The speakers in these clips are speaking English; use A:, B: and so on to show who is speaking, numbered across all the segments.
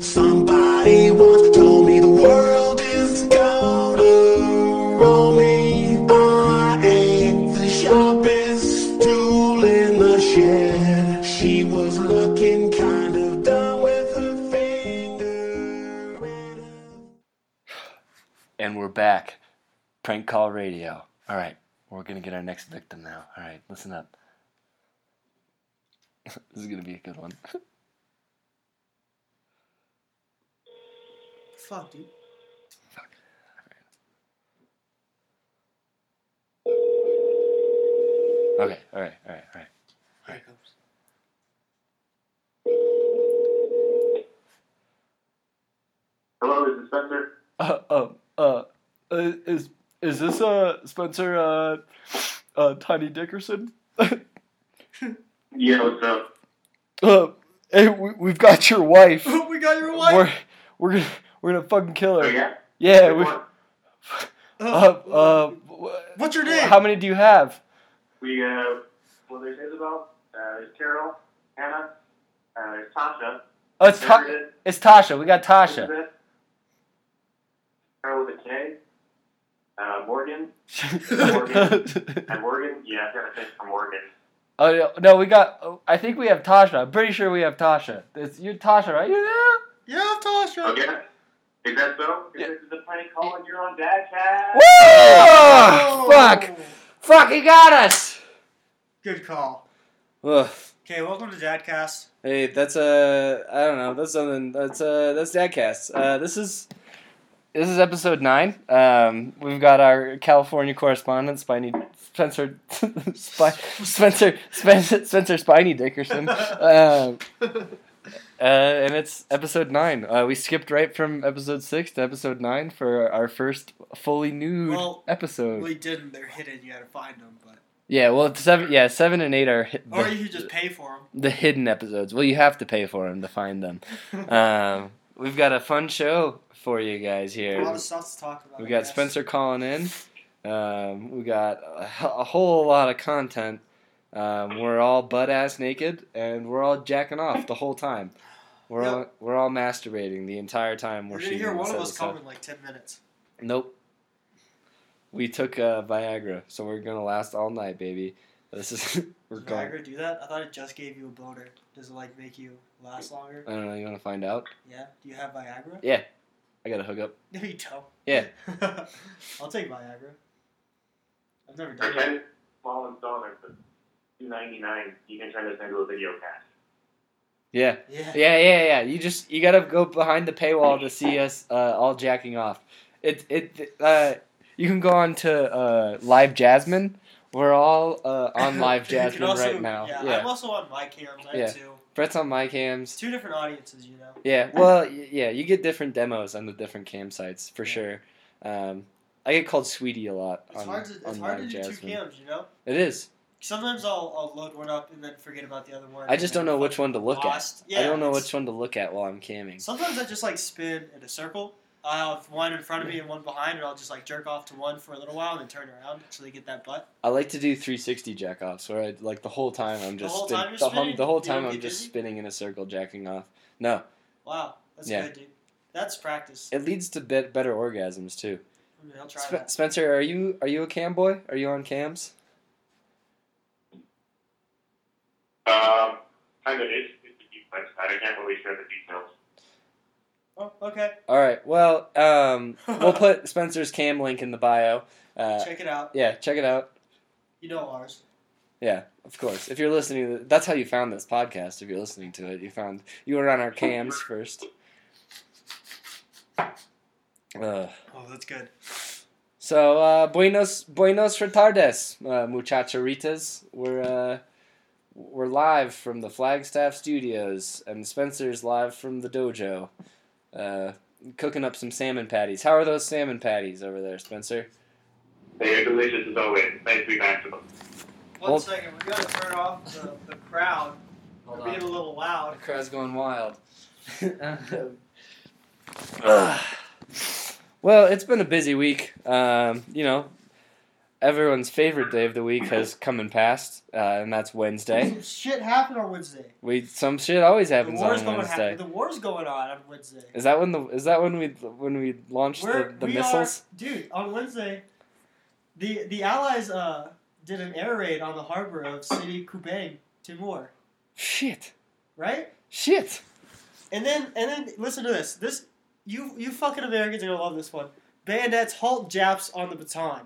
A: Somebody once told me the world is gonna roll me. I ain't the sharpest tool in the shed. She was looking kind of dumb with her finger. at her and we're back. Prank call radio. All right, we're gonna get our next victim now. All right, listen up. This is gonna be a good one.
B: Fuck, dude.
A: Okay, all right, all right, all right.
B: Here it comes.
C: Hello, this is Spencer.
A: Uh, um, uh, uh, is is this uh Spencer uh, uh Tiny Dickerson?
C: Yeah, what's up?
A: uh, hey, we, we've got your wife.
B: we got your wife.
A: We're we're gonna we're gonna fucking kill
C: Oh
A: her.
C: yeah.
A: Yeah,
C: Good
A: we.
C: one.
B: Uh,
A: Uh, uh, wh-
B: what's your name?
A: uh, how many do you have?
C: We uh, well, there's Isabel, uh, there's Carol, Hannah, uh, there's Tasha,
A: Oh, it's Ta-
C: Meredith,
A: it's Tasha. We got Tasha.
C: Elizabeth, Carol with a K, uh, Morgan, and Morgan. Yeah, I gotta think for Morgan.
A: oh yeah, no, we got. oh, I think we have Tasha. I'm pretty sure we have Tasha. It's, you're Tasha, right? Yeah.
B: yeah, Tasha.
C: Okay. Is that so? Is
A: Yeah.
C: This is the prank call, and you're on Dad Chat.
A: Woo! Fuck! Fuck! He got us.
B: Good call.
D: Ugh.
B: Okay, welcome to Dadcast.
D: Hey, that's uh, I don't know. That's something. That's uh, that's Dadcast. Uh, this is
A: This is episode nine. Um, we've got our California correspondent, Spiny Spencer, Spy, Spencer, Spencer, Spencer Spiny Dickerson, Um uh, and it's episode nine. Uh, we skipped right from episode six to episode nine for our first fully nude
B: Well,
A: episode.
B: We didn't. They're hidden. You gotta find them. But
A: yeah, well, it's seven. Yeah, seven and eight are hid-
B: or
A: the-
B: you could just pay for them.
A: the hidden episodes. Well, you have to pay for them to find them. um, we've got a fun show for you guys here.
B: A lot of stuff to talk about.
A: We
B: I
A: got
B: guess.
A: Spencer calling in. Um, we got a, a whole lot of content. Um, we're all butt ass naked and we're all jacking off the whole time. We're
B: Yep.
A: all we're all masturbating the entire time
B: You're
A: we're
B: gonna
A: shooting.
B: hear
A: this
B: one of us
A: episode.
B: come in like ten minutes.
A: Nope. We took uh, Viagra, so we're gonna last all night, baby. This is we're
B: Does
A: going.
B: Viagra do that? I thought it just gave you a boner. Does it like make you last longer?
A: I don't know. You wanna find out?
B: Yeah. Do you have Viagra?
A: I gotta hook up.
B: No, you don't.
A: Yeah.
B: I'll take Viagra. I've never
C: For
B: done it.
C: ten small installments of two ninety nine, you can turn this into a video cast.
A: Yeah.
B: Yeah.
A: Yeah, yeah, yeah. You just you gotta go behind the paywall to see us uh, all jacking off. It it uh, you can go on to uh, Live Jasmine. We're all uh, on Live
B: You
A: Jasmine
B: can also-
A: right now. Yeah,
B: Yeah, I'm also on my cams. I
A: Yeah.
B: have two.
A: Brett's on my cams.
B: Two different audiences, you know.
A: Yeah, well, y- yeah, you get different demos on the different cam sites for sure. Um, I get called Sweetie a lot.
B: It's
A: on,
B: hard to it's
A: on
B: hard to
A: Live
B: do two
A: Jasmine.
B: cams, you know.
A: It is.
B: Sometimes I'll I'll load one up and then forget about the other one.
A: I just don't know which one to look at.
B: Lost. Yeah,
A: I don't know
B: it's-
A: which one to look at while I'm camming.
B: Sometimes I just like spin in a circle. I'll have one in front of me and one behind, and I'll just like jerk off to one for a little while and then turn around until they get that butt.
A: I like to do 360 jack offs where I like the whole time I'm
B: The
A: just
B: whole
A: spin-
B: time you're
A: the, hum-
B: spinning?
A: the whole
B: You don't
A: time I'm
B: get
A: just
B: dizzy?
A: spinning in a circle jacking off. No,
B: Wow, that's
A: Yeah.
B: good, dude. That's practice.
A: it leads to bet better orgasms too.
B: I mean, I'll try
A: Sp-
B: that.
A: Spencer, are you are you a cam boy? Are you on cams?
C: Um, kind of is. It's a deep website. I can't really share the details.
B: Oh, okay.
A: All right. Well, um, we'll put Spencer's cam link in the bio. Uh,
B: Check it out.
A: yeah, check it out.
B: You know ours.
A: Yeah, of course. If you're listening, to th- that's how you found this podcast. If you're listening to it, you found you were on our cams first. Ugh.
B: Oh, that's good.
A: So uh, buenos buenos retardes, uh, muchacharitas. We're uh, we're live from the Flagstaff Studios, and Spencer's live from the dojo, uh, cooking up some salmon patties. How are those salmon patties over there, Spencer?
C: They are delicious as always. Nice to be back to them.
B: One
A: Well-
B: second, we gotta turn off the, the crowd. We're being a little
A: the
B: loud.
A: crowd's going wild. well, it's been a busy week. Um, you know, everyone's favorite day of the week has come and passed, uh, and that's Wednesday.
B: Some shit happened on Wednesday.
A: We some shit always
B: The
A: happens
B: war's
A: on
B: going
A: Wednesday.
B: hap- the war's going on on Wednesday.
A: Is that when the is that when we when we launched
B: We're,
A: the, the
B: we
A: missiles?
B: are, dude. On Wednesday, the the Allies uh, did an air raid on the harbor of City Kubang, Timor,
A: Shit,
B: right?
A: shit.
B: And then and then listen to this. This you you fucking Americans are gonna love this one. Bayonets halt Japs on the baton.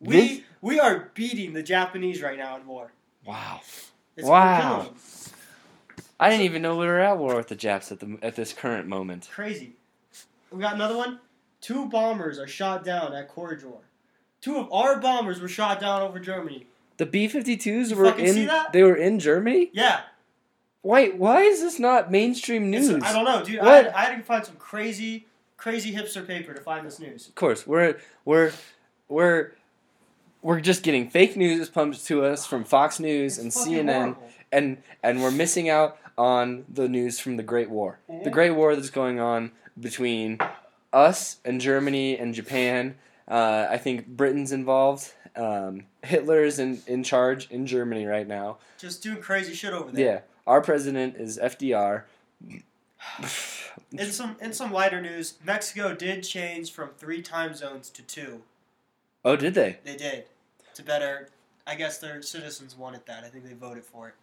B: We
A: This-
B: we are beating the Japanese right now in war.
A: Wow.
B: It's
A: Wow.
B: we're killing 'em.
A: I didn't even know we were at war with the Japs at the at this current moment.
B: Crazy. We got another one. Two bombers are shot down at Corridor. Two of our bombers were shot down over Germany.
A: The B 52s
B: You
A: were
B: fucking
A: in.
B: see that?
A: They were in Germany?
B: Yeah.
A: Wait, why is this not mainstream
B: It's-
A: news?
B: I don't know, dude. I,
A: What?
B: I had to find some crazy, crazy hipster paper to find this news.
A: of course, we're we're we're we're just getting fake news pumped to us from Fox News
B: It's
A: and
B: fucking
A: CNN,
B: horrible.
A: and and we're missing out on the news from the Great War, the
B: Mhm.
A: Great War that's going on between us and Germany and Japan. Uh, I think Britain's involved. Um, Hitler's in, in charge in Germany right now.
B: Just doing crazy shit over there.
A: Yeah, our president is FDR.
B: In some in some lighter news, Mexico did change from three time zones to two.
A: Oh, did they?
B: They did to better. I guess their citizens wanted that. I think they voted for it.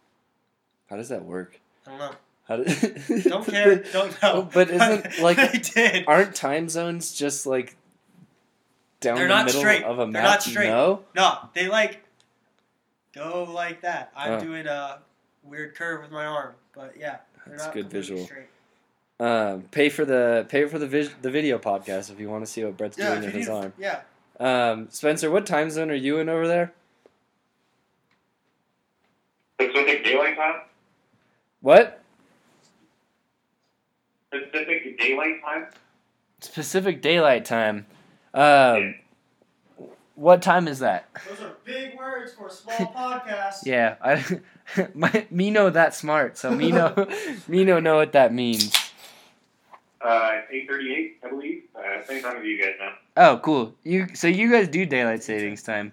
A: How does that work?
B: I don't know.
A: How do-
B: Don't care. Don't know.
A: But isn't like
B: they did?
A: aren't time zones just like down
B: They're
A: the
B: not
A: middle
B: straight.
A: of a
B: They're
A: map?
B: not straight.
A: No.
B: No, they like go like that. I'm
A: Oh.
B: doing a weird curve with my arm, but yeah, they're
A: That's
B: not
A: good
B: completely
A: visual.
B: Straight.
A: Um, pay for the pay for the vis- the video podcast if you want to see what Brett's
B: Yeah,
A: doing
B: if
A: with
B: you
A: his
B: do-
A: arm.
B: yeah.
A: Um, Spencer, what time zone are you in over there?
C: Pacific Daylight Time?
A: What?
C: Pacific Daylight Time?
A: Specific daylight time. Um, what time is that?
B: Those are big words for a small podcast.
A: Yeah, I, my, me know that smart, so me know me know know what that means.
C: Uh, 838, I believe. Uh, same time as you guys now.
A: Oh, cool. You so you guys do daylight savings time?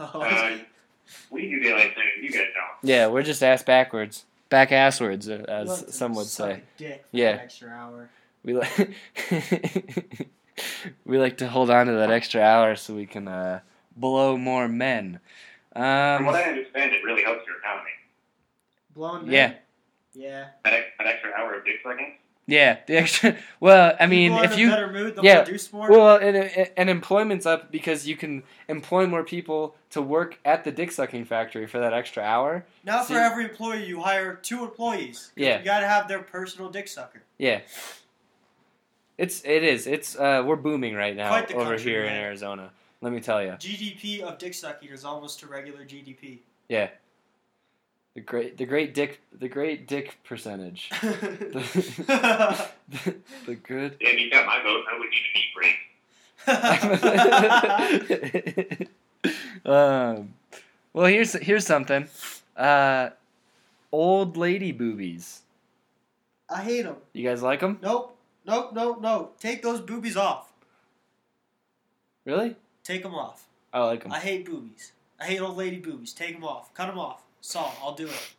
C: Uh, we do daylight saving. You guys don't.
A: Yeah, we're just ass backwards, back asswards, uh, as
B: Love to
A: some would
B: suck
A: say.
B: a Dick for
A: Yeah.
B: an extra hour.
A: We like we like to hold on to that extra hour so we can uh, blow more men.
C: From
A: Um,
C: what I understand, it really helps your economy.
B: Blown.
A: Yeah.
B: men. Yeah.
C: That, ex- that extra hour of dick sucking.
A: yeah, the extra. Well, I mean,
B: People are
A: if
B: in
A: you
B: a better mood, they'll
A: yeah,
B: produce more.
A: well, and, and employment's up because you can employ more people to work at the dick sucking factory for that extra hour.
B: now
A: see-
B: for every employee, you hire two employees.
A: Yeah.
B: You gotta have their personal dick sucker.
A: Yeah. It's it is it's uh, we're booming right now
B: Quite the
A: over
B: country,
A: here in
B: man.
A: Arizona. Let me tell you,
B: GDP of dick sucking is almost to regular GDP.
A: the great the great dick the great dick percentage. the, the good.
C: Yeah, you got my vote. I wouldn't even need break.
A: um, well, here's here's something. Uh, old lady boobies.
B: I hate them.
A: You guys like them?
B: Nope. Nope. Nope. No. Take those boobies off.
A: Really?
B: Take them off.
A: I like them.
B: I hate boobies. I hate old lady boobies. Take them off. Cut them off. Saw. I'll do it.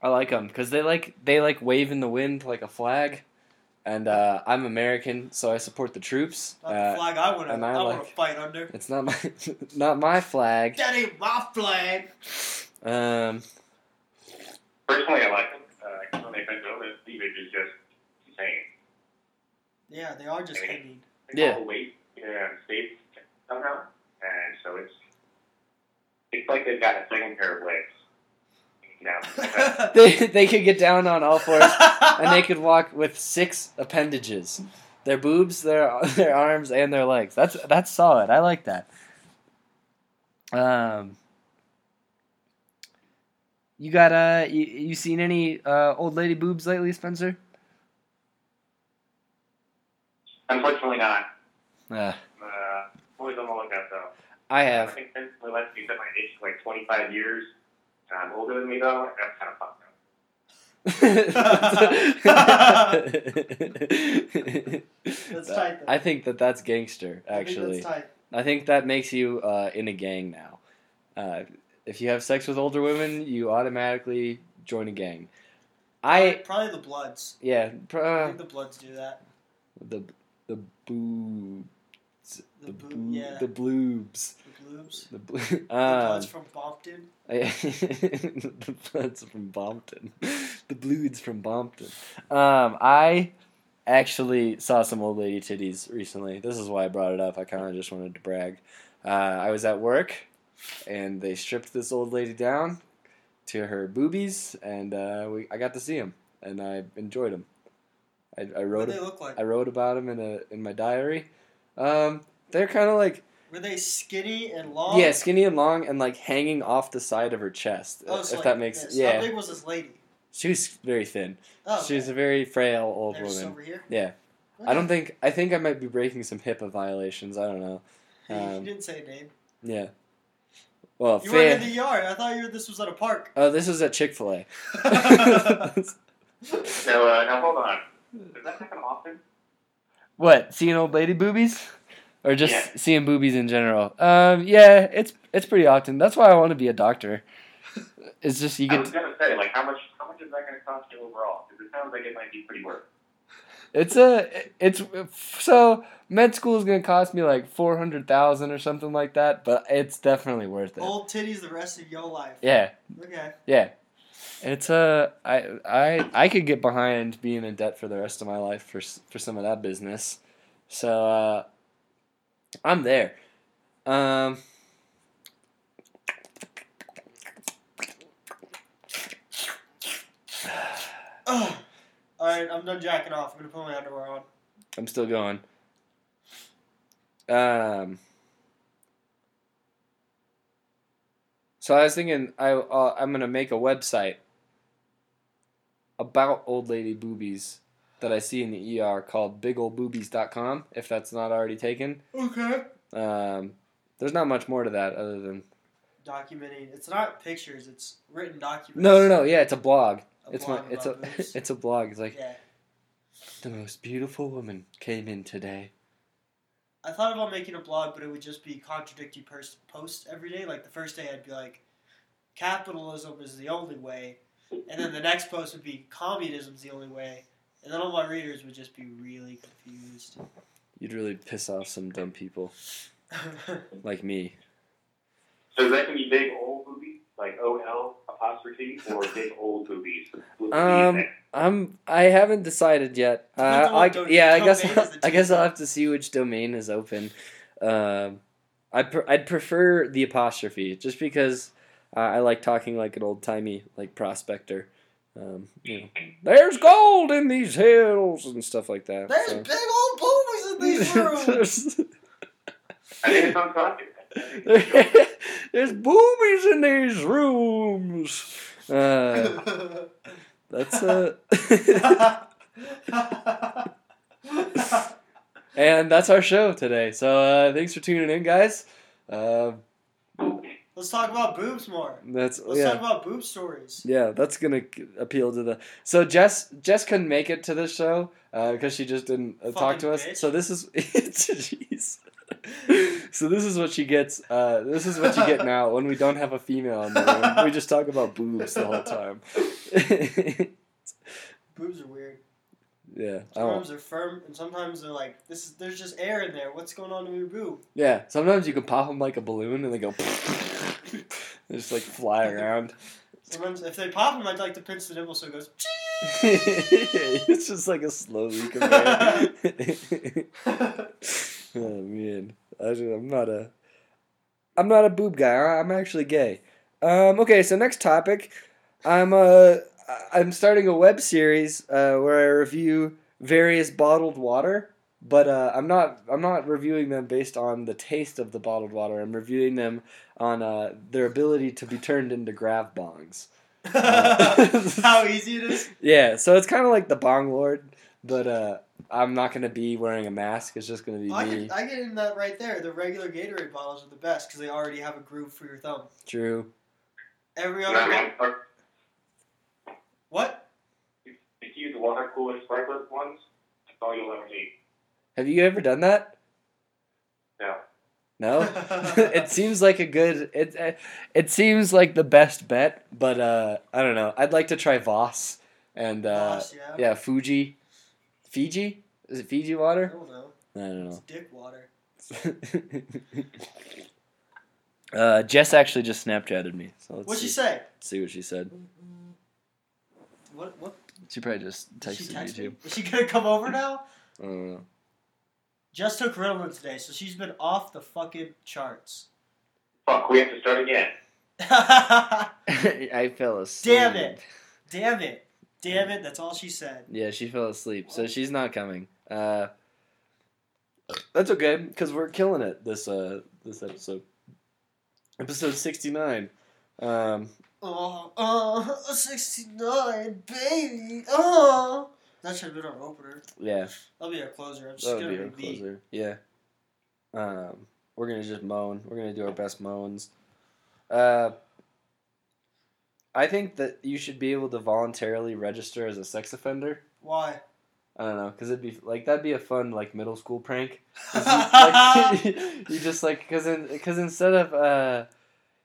A: I like them because they like they like wave in the wind like a flag, and uh, I'm American, so I support the troops.
B: Not the
A: Uh,
B: flag I want to.
A: and I
B: I, want
A: like-
B: to fight under.
A: it's not my not my flag.
B: That ain't my flag.
A: Um,
C: Personally, I like them. Uh, when they bend over, the cleavage is just insane.
B: Yeah, they are just hanging.
C: They
A: Yeah.
C: all weight and shape somehow, and so it's it's like they've got a second pair of legs. Yeah.
A: they they could get down on all fours and they
B: and
A: could walk with six appendages their boobs their their arms and their legs that's that's solid i like that um you got uh you, you seen any uh old lady boobs lately spencer
C: Unfortunately, not.
A: uh,
C: Uh, always on the lookout though.
A: i
C: I
A: have
C: think since we left, you said my age is like 25 years. I'm older than me though. and That's kind of fucked up.
B: That's
A: that's
B: tight, though.
A: i think that that's gangster actually
B: That's tight.
A: I think that makes you uh, in a gang now. Uh, if you have sex with older women, you automatically join a gang. I
B: probably the Bloods.
A: yeah,
B: I
A: pr- uh,
B: think the Bloods do that.
A: the the boo
B: The,
A: the
B: boo,
A: boo
B: yeah,
A: the
B: the,
A: bloobs
B: Blues.
A: the blue
B: the Bloods
A: um,
B: from Bompton.
A: the bloods from Bompton the blues from Bompton. Um, I actually saw some old lady titties recently. This is why I brought it up. I kind of just wanted to brag. Uh, I was at work, and they stripped this old lady down to her boobies, and uh, we I got to see them, and I enjoyed them. I, I
B: What
A: wrote
B: do they
A: a-
B: look like?
A: I wrote about them in a in my diary. Um, they're kind of like
B: Were they skinny and long?
A: yeah, skinny and long, and like hanging off the side of her chest.
B: Oh,
A: if
B: so like
A: that makes
B: this. How
A: yeah,
B: big was this lady?
A: she was very thin.
B: Oh,
A: She was a very frail old
B: They're just
A: woman.
B: over here.
A: Yeah. I don't think I think I might be breaking some HIPAA violations. I don't know.
B: Hey,
A: um,
B: you didn't say a name.
A: Yeah. Well,
B: You
A: fair-
B: weren't in the yard. I thought you were, this was at a park.
A: oh, this was at Chick Fil A.
C: Now, uh, now hold on. Does that happen often?
A: What seeing old lady boobies, or just
C: Yeah.
A: seeing boobies in general? Um, yeah, it's it's pretty often. That's why I want to be a doctor. It's just you
C: I
A: get
C: was gonna say, like, how much? How much is that gonna cost you overall? Because it sounds like it might be pretty worth.
A: It's a it's so med school is gonna cost me like four hundred thousand or something like that, but it's definitely worth it.
B: Old titties the rest of your life.
A: Yeah,
B: Okay.
A: yeah. It's a I I I could get behind being in debt for the rest of my life for s- for some of that business, so uh, I'm there. Um,
B: Ugh. All right, I'm done jacking off. I'm gonna put my underwear on.
A: I'm still going. Um. So I was thinking I uh, I'm gonna make a website about old lady boobies that I see in the ER called bigoldboobies.com if that's not already taken.
B: Okay.
A: Um, there's not much more to that other than
B: Documenting. It's not pictures. It's written documents.
A: no no no yeah it's a blog
B: A
A: it's
B: blog
A: my it's a
B: about boobs.
A: it's a blog it's like
B: yeah.
A: the most beautiful woman came in today
B: I thought about making a blog, but it would just be contradictory pers- posts every day. Like the first day, I'd be like, "Capitalism is the only way," and then the next post would be, "Communism's the only way," and then all my readers would just be really confused.
A: you'd really piss off some dumb people like me
C: So is that gonna be big old boobies, like O L apostrophe, or big old boobies? with
A: Um,
C: boobies
A: I'm. I haven't decided yet. Uh,
B: Depends on what
A: I,
B: do-
A: yeah, I
B: domain
A: guess.
B: is
A: I'll,
B: the
A: I guess I'll
B: teaser.
A: have to see which domain is open. Um, I pr- I'd prefer the apostrophe just because uh, I like talking like an old timey like prospector. Um, you know, there's gold in these hills and stuff like that.
B: There's
A: so.
B: big old boobies in these rooms.
A: there's,
C: I think it sounds positive. I think it's good.
A: there's boobies in these rooms. Uh, that's uh And that's our show today. So uh, thanks for tuning in, guys. Uh,
B: Let's talk about boobs more.
A: that's
B: Let's talk
A: yeah,
B: about boob stories.
A: yeah. That's gonna appeal to the. So Jess, Jess couldn't make it to this show because she just didn't uh,
B: Fucking
A: talk to us.
B: bitch.
A: So this is, jeez. so this is what she gets. Uh, this is what you get now when we don't have a female in the room. We just talk about boobs the whole time.
B: Boobs are weird.
A: yeah. I don't-
B: Sometimes they're firm, and sometimes they're like, "This is there's just air in there. What's going on in your boob?"
A: Yeah, sometimes you can pop them like a balloon and they go, they just like fly around.
B: Sometimes if they pop them, I'd like to pinch the nipple so it goes.
A: it's just like a slow leak of air. oh man, I ju- I'm not a, I'm not a boob guy. I- I'm actually gay. Um, okay, so next topic, I'm uh, I- I'm starting a web series uh, where I review various bottled water, but uh, I'm not I'm not reviewing them based on the taste of the bottled water. I'm reviewing them on uh, their ability to be turned into grav bongs.
B: How easy it is.
A: Yeah, so it's kind of like the Bong Lord, but uh, I'm not gonna be wearing a mask. It's just gonna be
B: I
A: me,
B: get, I get in that right there. The regular Gatorade bottles are the best because they already have a groove for your thumb.
A: Drew.
B: Every
C: Not
B: other one.
C: really. Or
B: What?
C: If you use the water cooler sparkler ones, that's all you'll ever need.
A: Have you ever done that?
C: No.
A: No, it seems like a good. It uh, it seems like the best bet, but uh, I don't know. I'd like to try Voss and uh,
B: Gosh, yeah.
A: yeah, Fuji, Fiji. Is it Fiji
B: I
A: water?
B: don't know.
A: I don't know.
B: It's dick water.
A: uh, Jess actually just Snapchatted me, so let's
B: What'd
A: see,
B: she say?
A: see what she said.
B: What? What?
A: She probably just
B: did
A: texted
B: she
A: me
B: text
A: too.
B: me? Is she gonna come over now?
A: I don't know.
B: Just took Ritalin today, so she's been off the fucking charts.
C: Fuck, we have to start again.
B: Damn
A: I fell asleep.
B: Damn it. it. Damn it, that's all she said.
A: Yeah, she fell asleep, so she's not coming. Uh, that's okay because we're killing it this uh this episode. Episode sixty nine. Um,
B: Oh, oh, 69, baby. Oh. That should have been our opener.
A: yeah,
B: That'll be our closer. I'm just
A: that
B: gonna
A: would be our
B: be beat.
A: closer. Yeah. Um, we're gonna just moan. We're gonna do our best moans. Uh, I think that you should be able to voluntarily register as a sex offender.
B: Why?
A: I don't know, cause it'd be like that'd be a fun like middle school prank. 'Cause you, like, you just like because because instead of uh,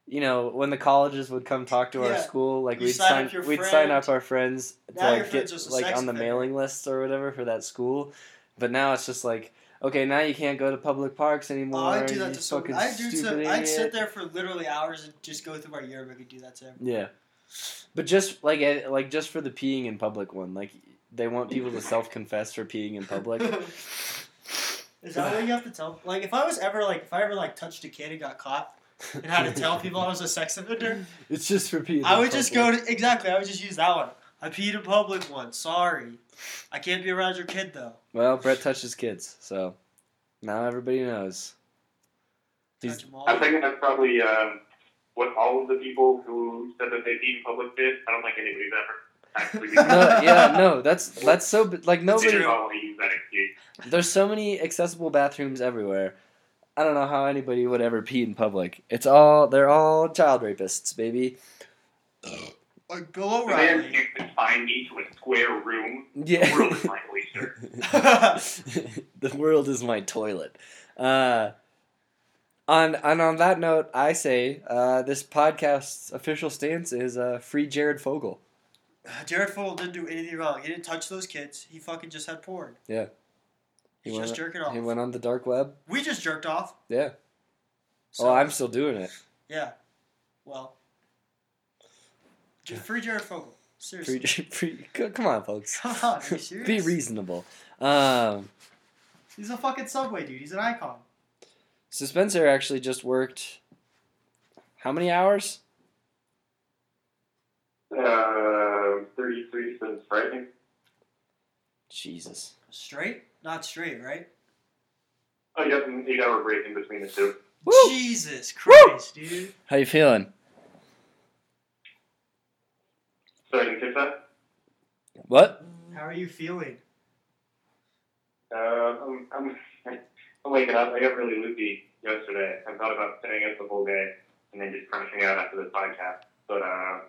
A: you know when the colleges would come talk to our
B: Yeah.
A: school like
B: You
A: we'd
B: sign
A: sign,
B: up your
A: we'd
B: friend.
A: sign up our friends to
B: Now your
A: like
B: friend's
A: get
B: just a
A: like
B: sex
A: on the
B: offender.
A: mailing lists or whatever for that school but now it's just like okay now you can't go to public parks anymore
B: oh, I do that
A: you
B: to so
A: fucking
B: I do
A: stupid
B: to, I'd sit
A: idiot.
B: there for literally hours and just go through my yearbook and do that to him.
A: yeah but just like eh, like just for the peeing in public one like they want people to self confess for peeing in public
B: Is that what you have to tell? Like, if I was ever like, if I ever like touched a kid and got caught and had to tell people I was a sex offender,
A: it's just for peeing
B: I
A: in
B: would just
A: public.
B: go to exactly. I would just use that one. I peed in public once. Sorry, I can't be around your kid though.
A: Well, Brett touches kids, so now everybody knows. He's-
B: Touch 'em all.
C: I'm thinking that's probably um, what all of the people who said that they pee in public did. I don't think anybody's ever actually did that.
A: No, yeah, no, that's that's so b- like
C: They
A: nobody.
C: did not want to use that excuse.
A: There's so many accessible bathrooms everywhere. I don't know how anybody would ever pee in public. It's all they're all child rapists, baby.
B: Like Bill
C: The man
B: O'Reilly.
C: you confine me to a square room. The world
A: Yeah,
C: is my oyster.
A: the world is my toilet. Uh, on and on that note, I say uh, this podcast's official stance is uh, free Jared Fogle.
B: Jared Fogle didn't do anything wrong. He didn't touch those kids. He fucking just had porn.
A: Yeah. He
B: He
A: went
B: just
A: on-
B: jerked it off.
A: He went on the dark web.
B: we just jerked off.
A: Yeah.
B: So,
A: oh, I'm still doing it.
B: Yeah. Well. J- Free Jared Fogle. Seriously.
A: Pre- pre- c- come on, folks.
B: Come on, are you serious?
A: Be reasonable. Um,
B: He's a fucking subway dude. He's an icon.
A: so Spencer actually just worked. How many hours?
C: Uh, 33 cents frightening.
A: Jesus.
B: Straight? Not straight, right?
C: Oh, you got an eight hour break in between the two.
A: Woo!
B: Jesus Christ, dude.
A: How you feeling?
C: So I can kiss that?
A: What?
B: How are you feeling?
C: Uh, I'm, I'm, I'm waking up. I got really loopy yesterday. I thought about staying up the whole day and then just crunching out after this podcast. But, uh,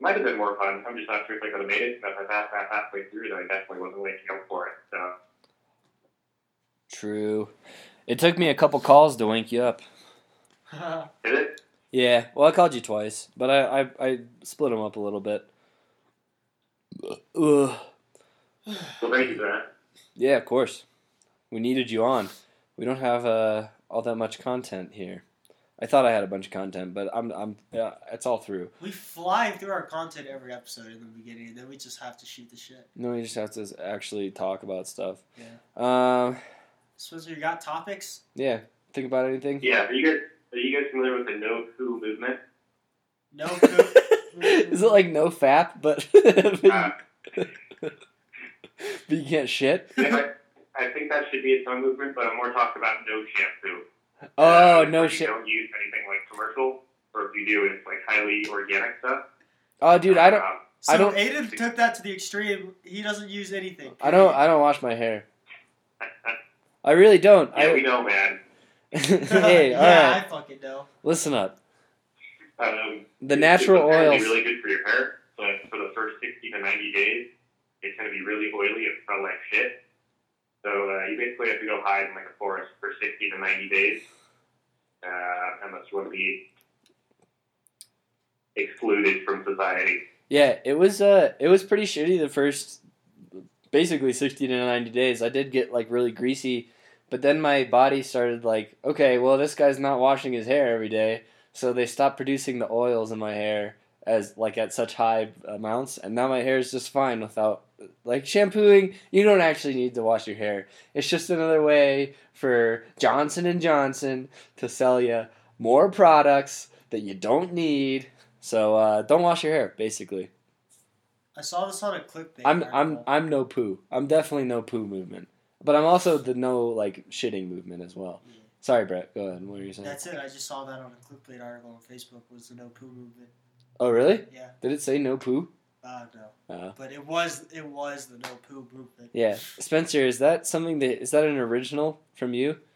C: might have been more fun. I'm just not sure if I could have made it. But if I passed that halfway through, then I definitely wasn't waking up for it. So,
A: True. It took me a couple calls to wake you up.
C: did it?
A: Yeah. Well, I called you twice, but I I, I split them up a little bit. Ugh.
C: Well, thank you, Grant.
A: Yeah, of course. We needed you on. We don't have uh, all that much content here. I thought I had a bunch of content, but I'm I'm yeah, it's all through.
B: we fly through our content every episode in the beginning, and then we just have to shoot the shit.
A: No, we just have to actually talk about stuff.
B: Yeah.
A: Um.
B: Spencer, you got topics?
A: Yeah. Think about anything.
C: Yeah, are you guys, are you guys familiar with the No Poo movement?
B: No poop.
A: Is it like no fap, but
C: Uh,
A: but you can't shit?
C: Yeah, but I think that should be its own movement, but I'm more talking about no shampoo.
A: Oh
C: Uh, where
A: no
C: you
A: shit!
C: Don't use anything like commercial, or if you do, it's like highly organic stuff.
A: Oh dude, I don't
C: Um,
B: So
A: I don't-
B: Aiden took that to the extreme. He doesn't use anything.
A: I don't I don't wash my hair. I really don't.
C: yeah, we
A: I
C: know, man.
A: hey, all
B: yeah,
A: right.
B: I fucking know.
A: Listen up.
C: Um,
A: The
C: it's-
A: natural
C: it's apparently
A: oils.
C: really good for your hair, but for the first sixty to ninety days, it's gonna be really oily and smell like shit. So uh, you basically have to go hide in like a forest for 60 to 90 days, uh, unless you want to be excluded from society.
A: Yeah, it was uh it was pretty shitty the first basically 60 to 90 days. I did get like really greasy, but then my body started like, okay, well this guy's not washing his hair every day, so they stopped producing the oils in my hair as like at such high amounts and now my hair is just fine without like shampooing. You don't actually need to wash your hair. It's just another way for Johnson and Johnson to sell you more products that you don't need. So uh, don't wash your hair, basically.
B: I saw this on a clickbait.
A: I'm I'm
B: article.
A: I'm no poo. I'm definitely no poo movement. But I'm also the no like shitting movement as well.
B: Yeah.
A: Sorry, Brett. Go ahead. What are you saying?
B: That's it. I just saw that on a clickbait article on Facebook. Was the no poo movement?
A: oh, really?
B: Yeah.
A: Did it say no poo?
B: Uh, no.
A: Uh,
B: But it was it was the no poo movement.
A: yeah. Spencer, is that something that is that an original from you?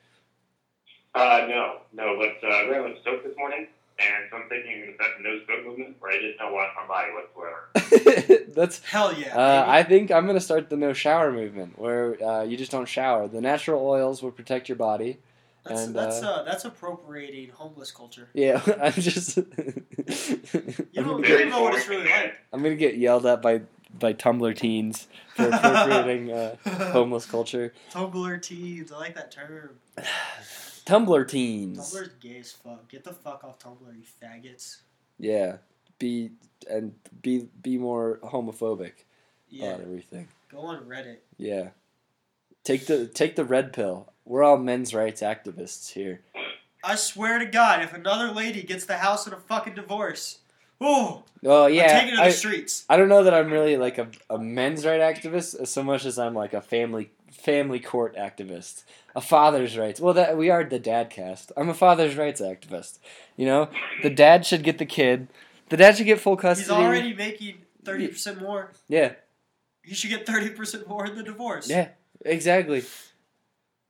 C: Uh, no, no, but uh, I ran with soap this morning, and so I'm thinking that that's a no soap movement where I just don't wash my body whatsoever.
A: That's
B: Hell yeah.
A: Uh,
B: baby.
A: I think I'm gonna start the no shower movement, where uh, you just don't shower. The natural oils will protect your body.
B: that's
A: and,
B: that's
A: uh,
B: uh, that's appropriating homeless culture.
A: Yeah, I'm just.
B: You
A: I'm,
B: don't,
A: gonna
B: you
A: get,
B: don't know what it's really like.
A: I'm gonna get yelled at by by Tumblr teens for appropriating uh, homeless culture.
B: Tumblr teens. I like that term.
A: Tumblr teens.
B: Tumblr's gay as fuck. Get the fuck off Tumblr, you faggots.
A: Yeah, be and be be more homophobic
B: Yeah.
A: about everything.
B: Go on Reddit.
A: Yeah, take the take the red pill. We're all men's rights activists here.
B: I swear to God, if another lady gets the house in a fucking divorce, oh,
A: Oh
B: I'm
A: yeah,
B: taking to the
A: I-
B: streets.
A: I don't know that I'm really like a, a men's right activist as so much as I'm like a family family court activist, a father's rights. Well, that we are the dad cast. I'm a father's rights activist. You know, the dad should get the kid. The dad should get full custody.
B: He's already making thirty percent more.
A: yeah,
B: He should get thirty percent more in the divorce.
A: yeah, exactly.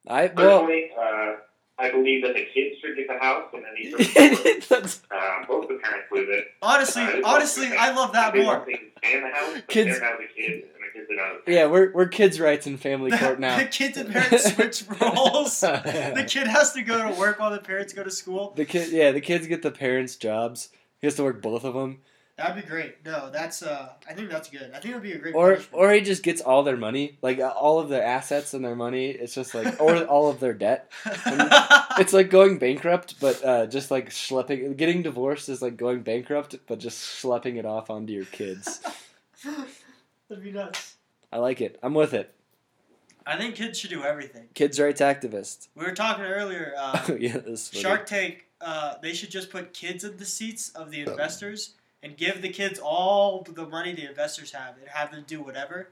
A: I well,
C: Personally, uh, I believe that the kids should get the house, and then these are
A: that's-
C: uh, both the parents lose it.
B: Honestly,
C: Uh,
B: honestly, I love that
C: they
B: more.
C: want things to stay in the house, but
A: Kids-
C: they're now the kids, and the kids are now the
A: yeah, we're we're kids' rights and family court
B: the
A: now.
B: kids and parents switch roles. the kid has to go to work while the parents go to school.
A: The kid, yeah, the kids get the parents' jobs. He has to work both of them.
B: That'd be great. No, that's uh, I think that's good. I think it'd be a great.
A: or
B: punishment.
A: or he just gets all their money, like uh, all of their assets and their money. It's just like or all of their debt. It's like going bankrupt, but uh, just like schlepping. Getting divorced is like going bankrupt, but just schlepping it off onto your kids. um,
B: That'd be nuts.
A: I like it. I'm with it.
B: I think kids should do everything.
A: Kids' rights activist.
B: We were talking earlier. Uh,
A: Oh yeah, this is
B: Shark Tank, uh, they should just put kids in the seats of the investors and give the kids all the money the investors have and have them do whatever.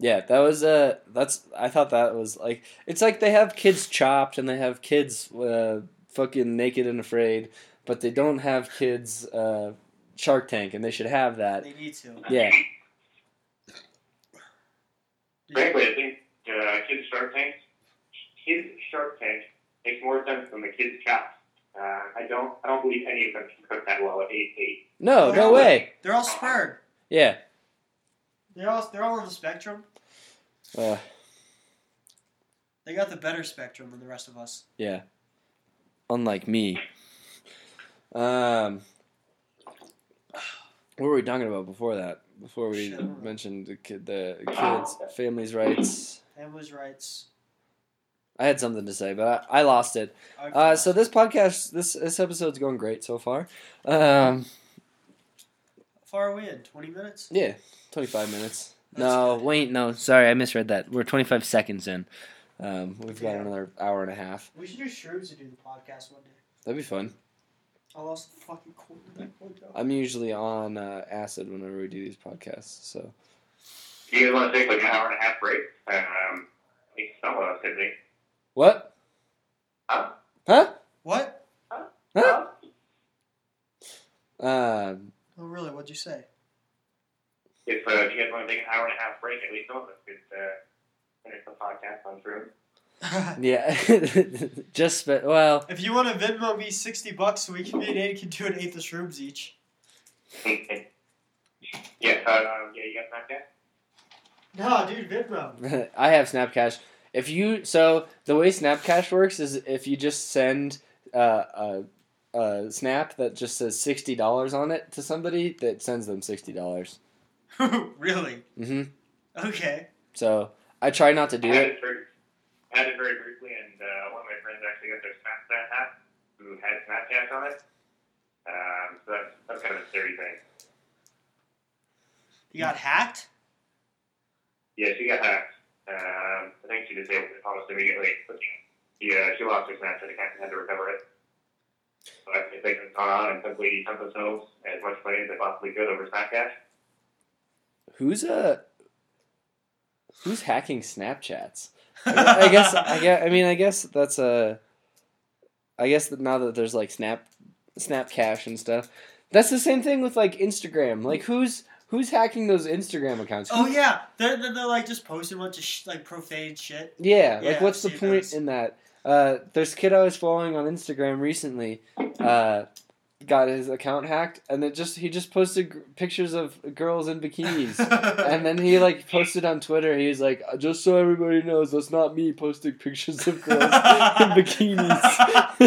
A: Yeah, that was uh that's I thought that was like it's like they have kids chopped and they have kids uh fucking naked and afraid, but they don't have kids uh Shark Tank and they should have that.
B: They need to.
A: Yeah.
C: Frankly, I think uh, Kids Shark Tank, Kids Shark Tank makes more sense than the Kids Chopped. Uh, I don't, I don't believe any of them can cook that well at eight eight.
A: No, no way.
B: They're all sperm.
A: Yeah.
B: They're all they're all on the spectrum.
A: Uh,
B: They got the better spectrum than the rest of us.
A: yeah. Unlike me. Um what were we talking about before that? Before we
B: Shit, I don't know.
A: mentioned the, kid, the kids, families' rights.
B: Families' rights.
A: I had something to say, but I, I lost it.
B: are-
A: Uh, so this podcast, this this episode's going great so far. Um,
B: How far are we in? Twenty minutes.
A: yeah, twenty five minutes.
B: That's
A: no,
B: good.
A: wait, no, sorry, I misread that. We're twenty five seconds in. Um, we've got
B: Yeah.
A: another hour and a half.
B: We should do shrooms and do the podcast one day.
A: That'd be fun.
B: I lost the fucking cord to that cord.
A: I'm usually on uh, acid whenever we do these podcasts. So
C: Do you guys want to take like an hour and a half break? Um, I think some of us, I think.
A: what?
C: Huh?
A: Huh?
B: What?
A: Huh? Um,
B: Oh really? What'd you say?
C: If uh, if you guys want to take an hour and a half break, at least some of us could uh, finish the podcast on through.
A: yeah. Just spe- well,
B: if you want to Venmo me sixty bucks, so we can me and Aiden can do an eighth of shrooms each.
C: yeah, uh, yeah, you guys not yet?
B: No, dude, Venmo.
A: I have Snapcash. If you so the way Snapcash works is if you just send uh, a, a snap that just says sixty dollars on it to somebody, that sends them sixty dollars.
B: really?
A: hmm
B: Okay.
A: So I try not to do
C: I had it
A: it.
C: very, I had it very briefly, and uh, one of my friends actually got their Snapchat app, who had Snapchat on it. Um, so that's, that's kind of a scary thing.
B: You got hacked?
C: Yeah, she got hacked. Um, I think she disabled it almost immediately. But she, uh, she lost her Snapchat account and had to recover it. So I think they could have gone on and simply sent themselves as much money as they possibly could over Snapchat.
A: Who's uh who's hacking Snapchats? I I guess I guess I mean I guess that's a I guess that now that there's like Snap Snapcash and stuff. That's the same thing with like Instagram. Like who's who's hacking those Instagram accounts?
B: Oh yeah, they're, they're, they're like just posting a bunch of sh- like profane shit.
A: Yeah,
B: Yeah,
A: like what's the
B: I've seen
A: point
B: those.
A: in that? Uh, there's a kid I was following on Instagram recently, uh, got his account hacked, and it just he just posted g- pictures of girls in bikinis, and then he like posted on Twitter. He was like, "Uh, just so everybody knows, that's not me posting pictures of girls in bikinis.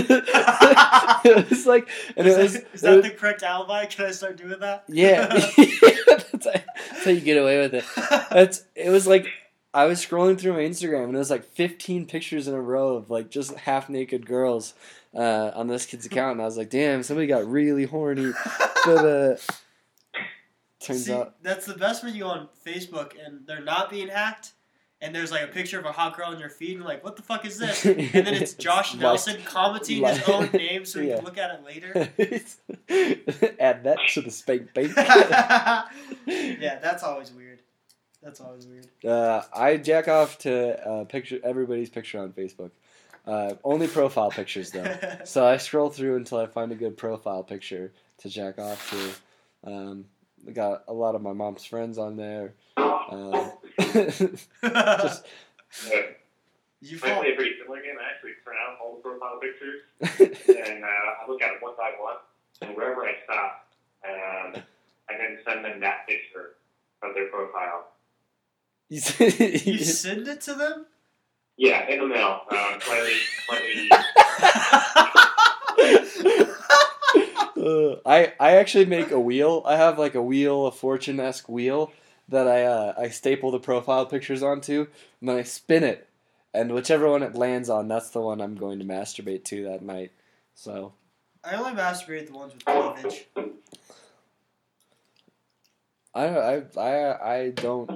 A: it was like, and
B: is,
A: it was,
B: that, is
A: it
B: that
A: was-
B: the correct alibi? Can I start doing that?
A: yeah, that's, how- that's how you get away with it. It's it was like I was scrolling through my Instagram and it was like 15 pictures in a row of like just half naked girls uh, on this kid's account, and I was like, damn, somebody got really horny. But uh, turns
B: See,
A: out,
B: that's the best when you go on Facebook and they're not being hacked, and there's like a picture of a hot girl on your feed, and you're like, what the fuck is this? And then it's Josh
A: Like-
B: Nelson commenting
A: like-
B: his own name so you
A: Yeah.
B: can look at it later.
A: add that to the spank bank.
B: yeah, that's always weird. That's always weird.
A: uh, I jack off to uh, picture everybody's picture on Facebook. Uh, only profile pictures though. So I scroll through until I find a good profile picture to jack off to. Um, I got a lot of my mom's friends on there. Uh, just,
B: you
C: I
B: fall.
C: play a pretty similar game. I actually print out all the profile pictures,
A: I
C: and uh, I look at it one by one, and wherever I stop, um, I then send them that picture of their profile.
B: You send it to them?
C: Yeah, in the mail. Um, slightly, slightly.
A: I I actually make a wheel. I have like a wheel, a fortune esque wheel that I uh, I staple the profile pictures onto, and then I spin it, and whichever one it lands on, that's the one I'm going to masturbate to that night. So
B: I only masturbate the ones with 12 inch.
A: I don't, I I I don't.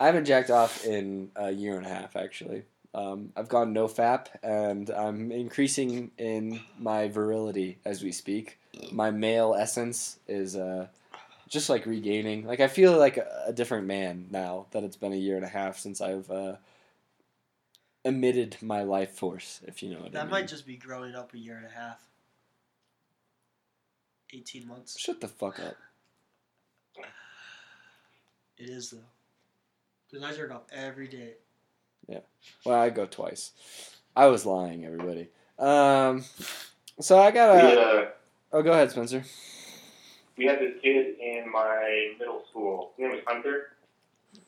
A: I haven't jacked off in a year and a half actually. Um, I've gone no fap, and I'm increasing in my virility as we speak. My male essence is uh, just like regaining. Like I feel like a, a different man now that it's been a year and a half since I've uh, emitted my life force, if you know what I
B: That
A: mean.
B: might just be growing up a year and a half. 18 months.
A: Shut the fuck up.
B: It is, though. Because I jerk off every day.
A: Well, I go twice. I was lying, everybody. Um, so I got a.
C: We, uh,
A: Oh, go ahead, Spencer.
C: we had this kid in my middle school. His name was Hunter.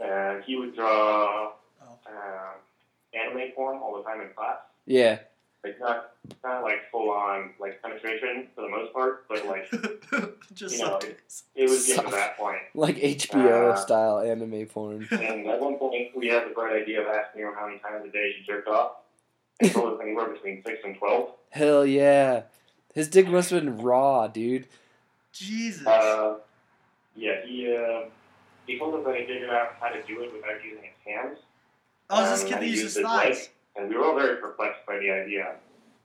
C: Uh, he would draw
B: Oh.
C: um, anime form all the time in class.
A: Yeah,
C: Like not not like full on like penetration for the most part, but like
B: just
C: You know,
B: sometimes.
C: it was getting to
A: Soft.
C: that point.
A: like HBO
C: Uh.
A: style anime porn.
C: And at one point, we had the bright idea of asking him how many times a day he jerked off. He told us anywhere between six and twelve.
A: Hell yeah, his dick must have been raw, dude.
B: Jesus.
C: Uh, yeah, he uh, he told us that he figured out how to do it without using his hands.
B: oh, is
C: um,
B: this kid
C: I
B: that used
C: used
B: his
C: his
B: thighs?
C: leg. and we were all very perplexed by the idea.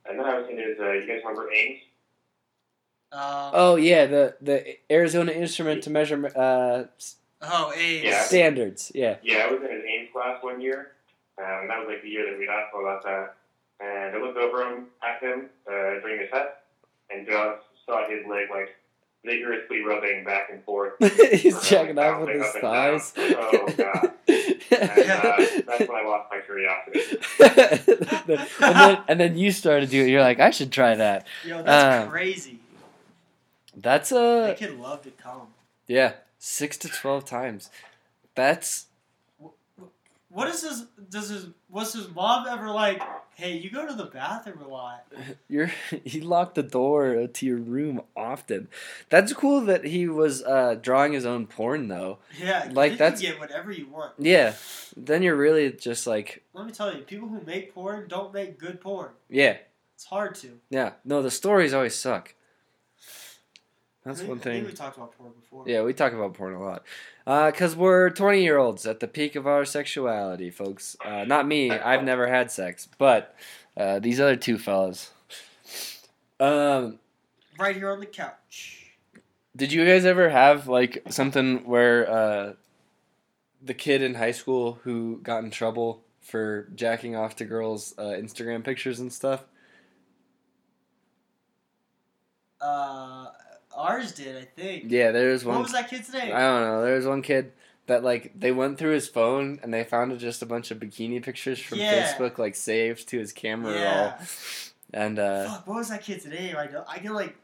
C: And then I was thinking, is, uh, you guys remember Ames?
B: Uh, oh.
A: Oh yeah, the the Arizona Instrument to Measure uh, s-
B: AIDS.
C: Yeah.
A: Standards. Yeah,
C: Yeah, I was in his Ames class one year, um, that was like the year that we asked him about that. And I looked over him at him uh, during the test, and just saw his leg like vigorously rubbing back and forth. Oh,
A: he's jacking off with
C: Bouncing
A: his
C: up and down.
A: thighs.
C: Oh god! And, uh, that's when I lost my curiosity.
A: and then and then you started doing. it. You're like, I should try that.
B: Yo, that's
A: Uh,
B: crazy.
A: That's
B: That
A: a
B: kid loved to come.
A: yeah, six to twelve times. That's
B: What is his? Does his? Was his mom ever like? Hey, you go to the bathroom a lot.
A: you're he locked the door to your room often. That's cool that he was uh, drawing his own porn though.
B: Yeah,
A: Like,
B: you
A: that's-
B: can get whatever you want.
A: Yeah. Then you're really just like
B: Let me tell you, people who make porn don't make good porn.
A: yeah,
B: It's hard to.
A: yeah. No, the stories always suck.
B: I
A: That's
B: think-
A: one
B: I think
A: thing.
B: we talked about porn before.
A: Yeah, we talk about porn a lot. Because we're 20 year olds at the peak of our sexuality, folks. Uh, not me, I've never had sex, but uh, these other two fellas. Um,
B: Right here on the couch.
A: did you guys ever have like something where uh, the kid in high school who got in trouble for jacking off to girls' uh, Instagram pictures and stuff?
B: Uh, ours did, I think.
A: Yeah, there's one.
B: What was that kid's name?
A: I don't know. There was one kid that like they went through his phone and they found just a bunch of bikini pictures from
B: Yeah.
A: Facebook like saved to his camera
B: Yeah.
A: roll. And uh,
B: Fuck, what was that kid's name? I don't. I can like.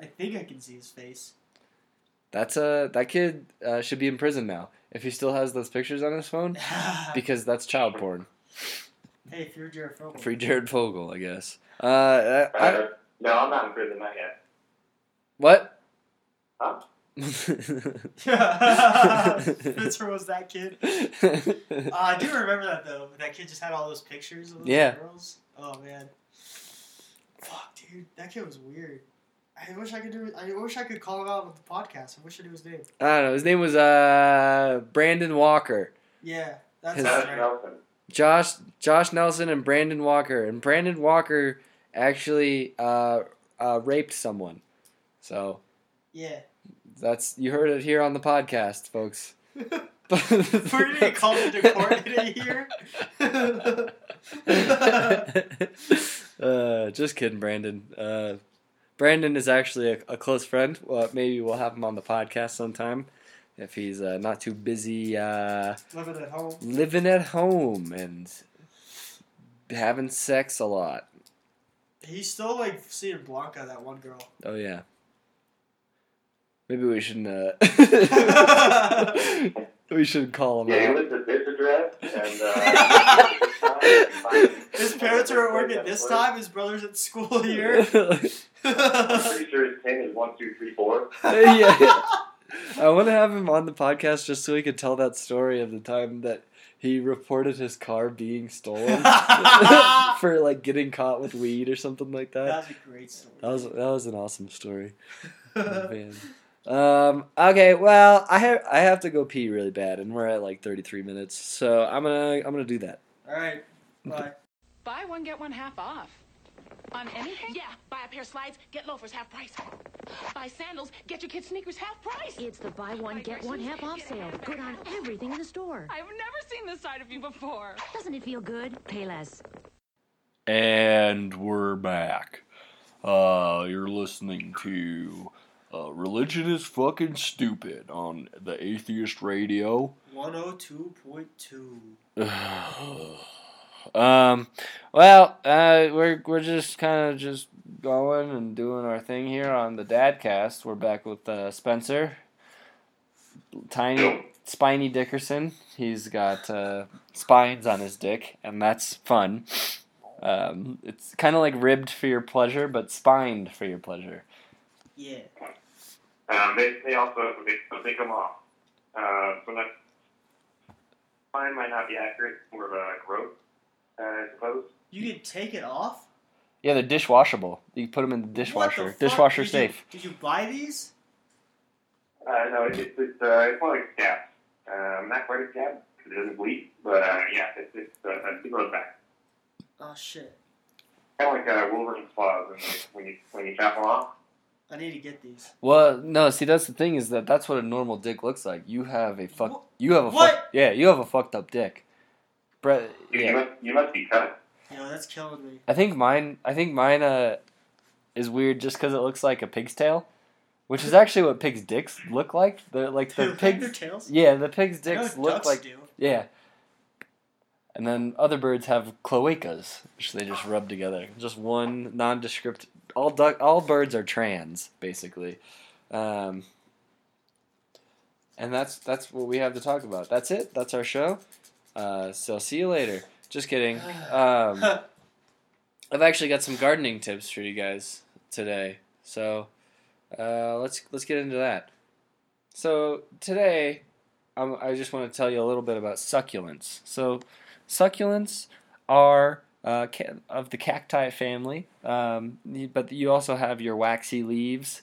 B: I think I can see his face.
A: that's a that kid uh, should be in prison now if he still has those pictures on his phone
B: hey,
A: because that's child porn.
B: if you're Jared Fogle.
A: Free Jared Fogle, I guess. Uh, I, I-
C: Uh, no, I'm not in prison, not yet.
A: what?
C: Huh?
B: Spencer was that kid. Uh, I do remember that though. That kid just had all those pictures of those
A: Yeah.
B: girls. Oh man. Fuck, dude, that kid was weird. I wish I could do. I wish I could call him out on the podcast. I wish I knew his name.
A: I don't know. His name was uh, Brandon Walker.
B: Yeah, that's
A: His-
B: his
C: That's
B: right.
C: Nelson.
A: Josh Josh Nelson and Brandon Walker, and Brandon Walker actually uh, uh, raped someone. So
B: Yeah.
A: that's you heard it here on the podcast, folks.
B: We're gonna call him to court in a year.
A: uh, just kidding, Brandon. Uh, Brandon is actually a, a close friend. Well, maybe we'll have him on the podcast sometime if he's uh, not too busy uh,
B: Living at home.
A: living at home and having sex a lot.
B: He's still like seeing Blanca, that one girl.
A: Oh yeah. Maybe we shouldn't. Uh, we should call him
C: Yeah, he
A: out.
C: lives at this address, and uh,
B: His parents are at work at this time. His brother's at school here.
C: I'm pretty sure his pin is one two three four.
A: yeah. I want to have him on the podcast just so he could tell that story of the time that he reported his car being stolen
B: that
A: for like getting caught with weed or something like that.
B: was a great story.
A: That was that was an awesome story. Oh, Man. Um. Okay. Well, I have I have to go pee really bad, and we're at like thirty three minutes, so I'm gonna I'm gonna do that.
B: All right. Bye.
E: Buy one, get one half off. On anything?
F: Yeah, buy a pair of slides, get loafers half price. Buy sandals, get your kids sneakers half price.
G: It's the buy one, get one half off sale. Good on everything in the store.
E: I've never seen this side of you before.
G: Doesn't it feel good? Pay less.
H: And we're back. Uh, you're listening to uh, Religion is Fucking Stupid on the Atheist Radio.
B: 102.2.
A: Um, well, uh, we're we're just kind of just going and doing our thing here on the Dadcast. We're back with uh, Spencer, tiny spiny Dickerson. He's got uh, spines on his dick, and that's fun. Um, it's kind of like ribbed for your pleasure, but spined for your pleasure.
B: Yeah.
C: Um, they, they also they, they come off. Uh, so that mine might not be accurate. It's more of a growth, uh, I suppose.
B: You can take it off?
A: Yeah, they're dishwashable. You can put them in the dishwasher.
B: What the fuck?
A: dishwasher
B: Did you-
A: safe.
B: Did you buy these?
C: Uh, no, it's it's, it's, uh, it's more like a scab. Um, not quite a scab because it doesn't bleed, but uh, yeah, it's it's uh, it goes back.
B: Oh, shit.
C: Kind of like uh, Wolverine's claws, and like, when you when you chop them off.
B: I need to get these.
A: Well, no. See, that's the thing is that that's what a normal dick looks like. You have a fuck.
B: Wha-
A: you have a Fuck,
B: what?
A: yeah. You have a fucked up dick. Brett.
C: You, you
A: Yeah.
C: must you must be cut.
B: You know, that's killing me.
A: I think mine. I think mine. Uh, is weird just because it looks like a pig's tail, which is actually what pigs' dicks look like. They're like the
B: Pig their
A: pigs.
B: tails?
A: Yeah, the pigs'
B: I know
A: dicks
B: what
A: look
B: ducks
A: like
B: do.
A: yeah. And then other birds have cloacas, which they just rub together. Just one nondescript. All duck. All birds are trans, basically. Um, And that's that's what we have to talk about. That's it. That's our show. Uh, so see you later. Just kidding. Um, I've actually got some gardening tips for you guys today. So uh, let's let's get into that. So today, um, I just want to tell you a little bit about succulents. So succulents are uh, ca- of the cacti family, um, you- but you also have your waxy leaves,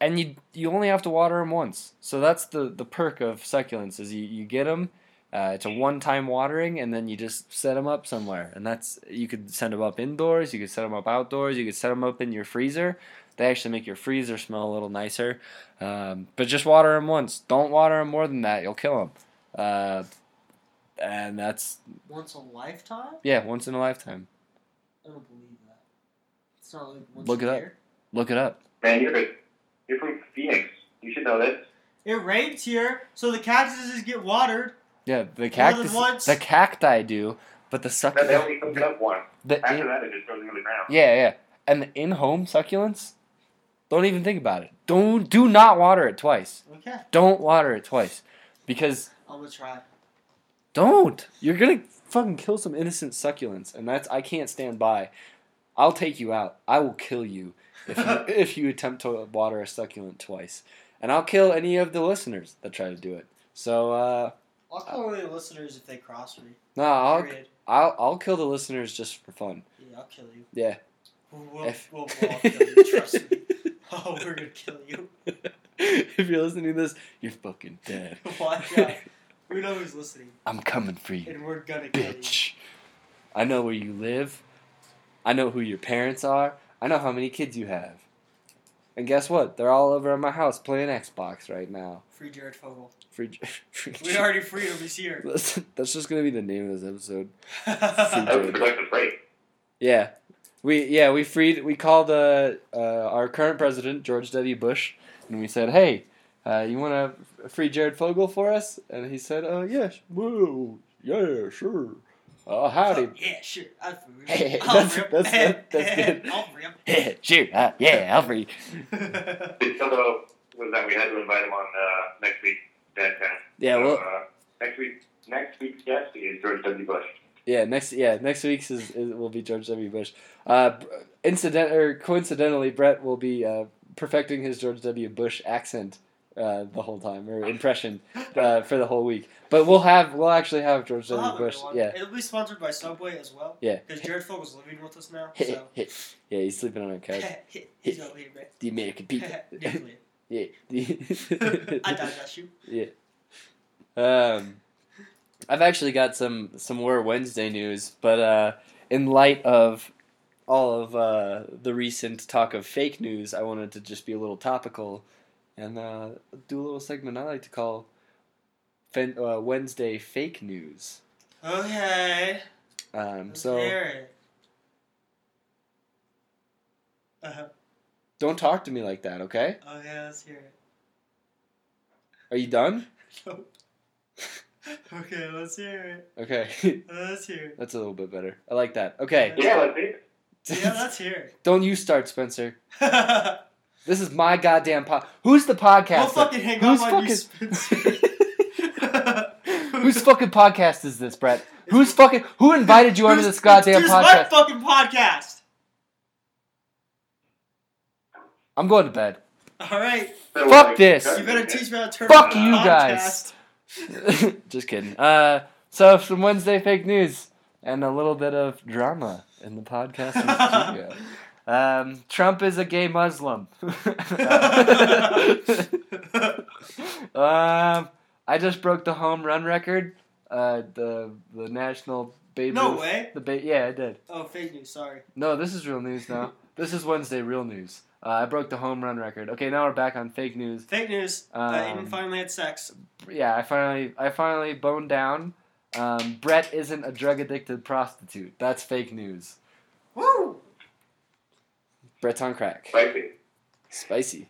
A: and you you only have to water them once. So that's the the perk of succulents is you you get them. Uh, it's a one-time watering, and then you just set them up somewhere, and that's you could set them up indoors, you could set them up outdoors, you could set them up in your freezer. They actually make your freezer smell a little nicer. Um, but just water them once. Don't water them more than that; you'll kill them. Uh, and that's
B: Once a lifetime?
A: yeah, once in a lifetime.
B: I don't believe that. It's not like once
A: Look
B: a
A: it up.
B: year.
A: Look it up.
C: Man, you're good. You're from Phoenix. You should know this.
B: It rains here, so the cactuses get watered.
A: Yeah, the
B: More
A: cactus,
B: than once?
A: the cacti do, but
C: No, they
A: the succulent,
C: only comes up once.
A: the in,
C: After
A: yeah,
C: that, it just goes into the ground.
A: yeah, and the in-home succulents, don't even think about it. Don't do not water it twice.
B: Okay,
A: Don't water it twice, because
B: I'm gonna try.
A: don't. You're gonna fucking kill some innocent succulents, and that's I can't stand by. I'll take you out. I will kill you if you, if you attempt to water a succulent twice, and I'll kill any of the listeners that try to do it. So uh,
B: I'll call any listeners if they cross me.
A: no, I'll
B: Period.
A: I'll I'll kill the listeners just for fun.
B: Yeah, I'll kill you.
A: Yeah.
B: We'll, we'll,
A: If-
B: we'll, we'll all kill you. Trust me. Oh, we're gonna kill you.
A: if you're listening to this, you're fucking dead.
B: Watch out. We know who's listening,
A: I'm coming for you,
B: and we're gonna kill
A: bitch. I know where you live. I know who your parents are. I know how many kids you have. And guess what? They're all over at my house playing Xbox right now.
B: you. Free Jared Fogle.
A: Free, free,
B: We already freed him. He's here.
A: That's, that's just gonna be the name of this episode.
C: That was a productive break.
A: Yeah, we yeah we freed we called uh, uh, our current president George W. Bush, and we said, "Hey, uh, you want to free Jared Fogle for us?" And he said, "Oh yes, well, yeah, sure. Uh, howdy,
B: yeah, sure. I'll free
A: Hey,
B: him. I'll
A: that's-
B: free him.
A: that's- that- that's good.
B: I'll free him.
A: sure, uh, yeah, I'll free."
C: Did Solo was that we had to invite him on uh, next week dead time.
A: Yeah,
C: So,
A: well,
C: uh, next week, next week's guest is George W. Bush.
A: yeah, next yeah next week's is, is will be George W. Bush. Uh, incident or coincidentally, Brett will be uh, perfecting his George W. Bush accent uh, the whole time or impression uh, for the whole week. But we'll have we'll actually have George
B: I'll
A: W.
B: have a good
A: Bush.
B: one.
A: Yeah,
B: It'll be sponsored by Subway as well.
A: yeah,
B: Because Jared Fogle's living with us now,
A: yeah.
B: so
A: He's sleeping on our couch.
B: he's not leaving. right?
A: The American people.
B: Definitely.
A: yeah.
B: I digest you.
A: Yeah. Um, I've actually got some some more Wednesday news, but uh, in light of all of uh, the recent talk of fake news, I wanted to just be a little topical and uh, do a little segment I like to call Fen- uh, Wednesday Fake News.
B: Okay.
A: Um,
B: let's
A: so
B: hear it. Uh-huh.
A: don't talk to me like that, okay?
B: Okay, let's hear it.
A: Are you done?
B: Nope. okay, let's hear it.
A: Okay,
B: Let's hear it.
A: that's a little bit better. I like that. Okay,
C: Yeah, let's see.
B: Yeah, let's hear
A: don't you start, Spencer.
B: it.
A: This is my goddamn pod. Who's the podcast?
B: we'll fucking hang
A: Who's
B: up on you, Spencer.
A: Whose fucking podcast is this, Brett? Who's fucking who invited you onto this goddamn
B: Here's my
A: podcast?
B: fucking podcast.
A: I'm going to bed.
B: All right.
C: So,
A: Fuck
C: like,
A: this.
B: You better teach me how to turn
A: Fuck
B: on a
A: you
B: podcast.
A: guys. Just kidding. Uh, so some Wednesday fake news and a little bit of drama in the podcast studio. Um, Trump is a gay Muslim. um, I just broke the home run record. Uh, the the national Babe
B: No
A: Ruth-
B: way.
A: The ba- yeah, I did.
B: Oh, fake news. Sorry.
A: No, this is real news now. this is Wednesday real news. Uh, I broke the home run record. Okay, now we're back on fake news.
B: Fake news. uh,
A: Um,
B: Aiden finally had sex.
A: Yeah, I finally, I finally boned down. Um, Brett isn't a drug addicted prostitute. That's fake news.
B: Woo!
A: Brett's on crack.
C: Spicy.
A: Spicy.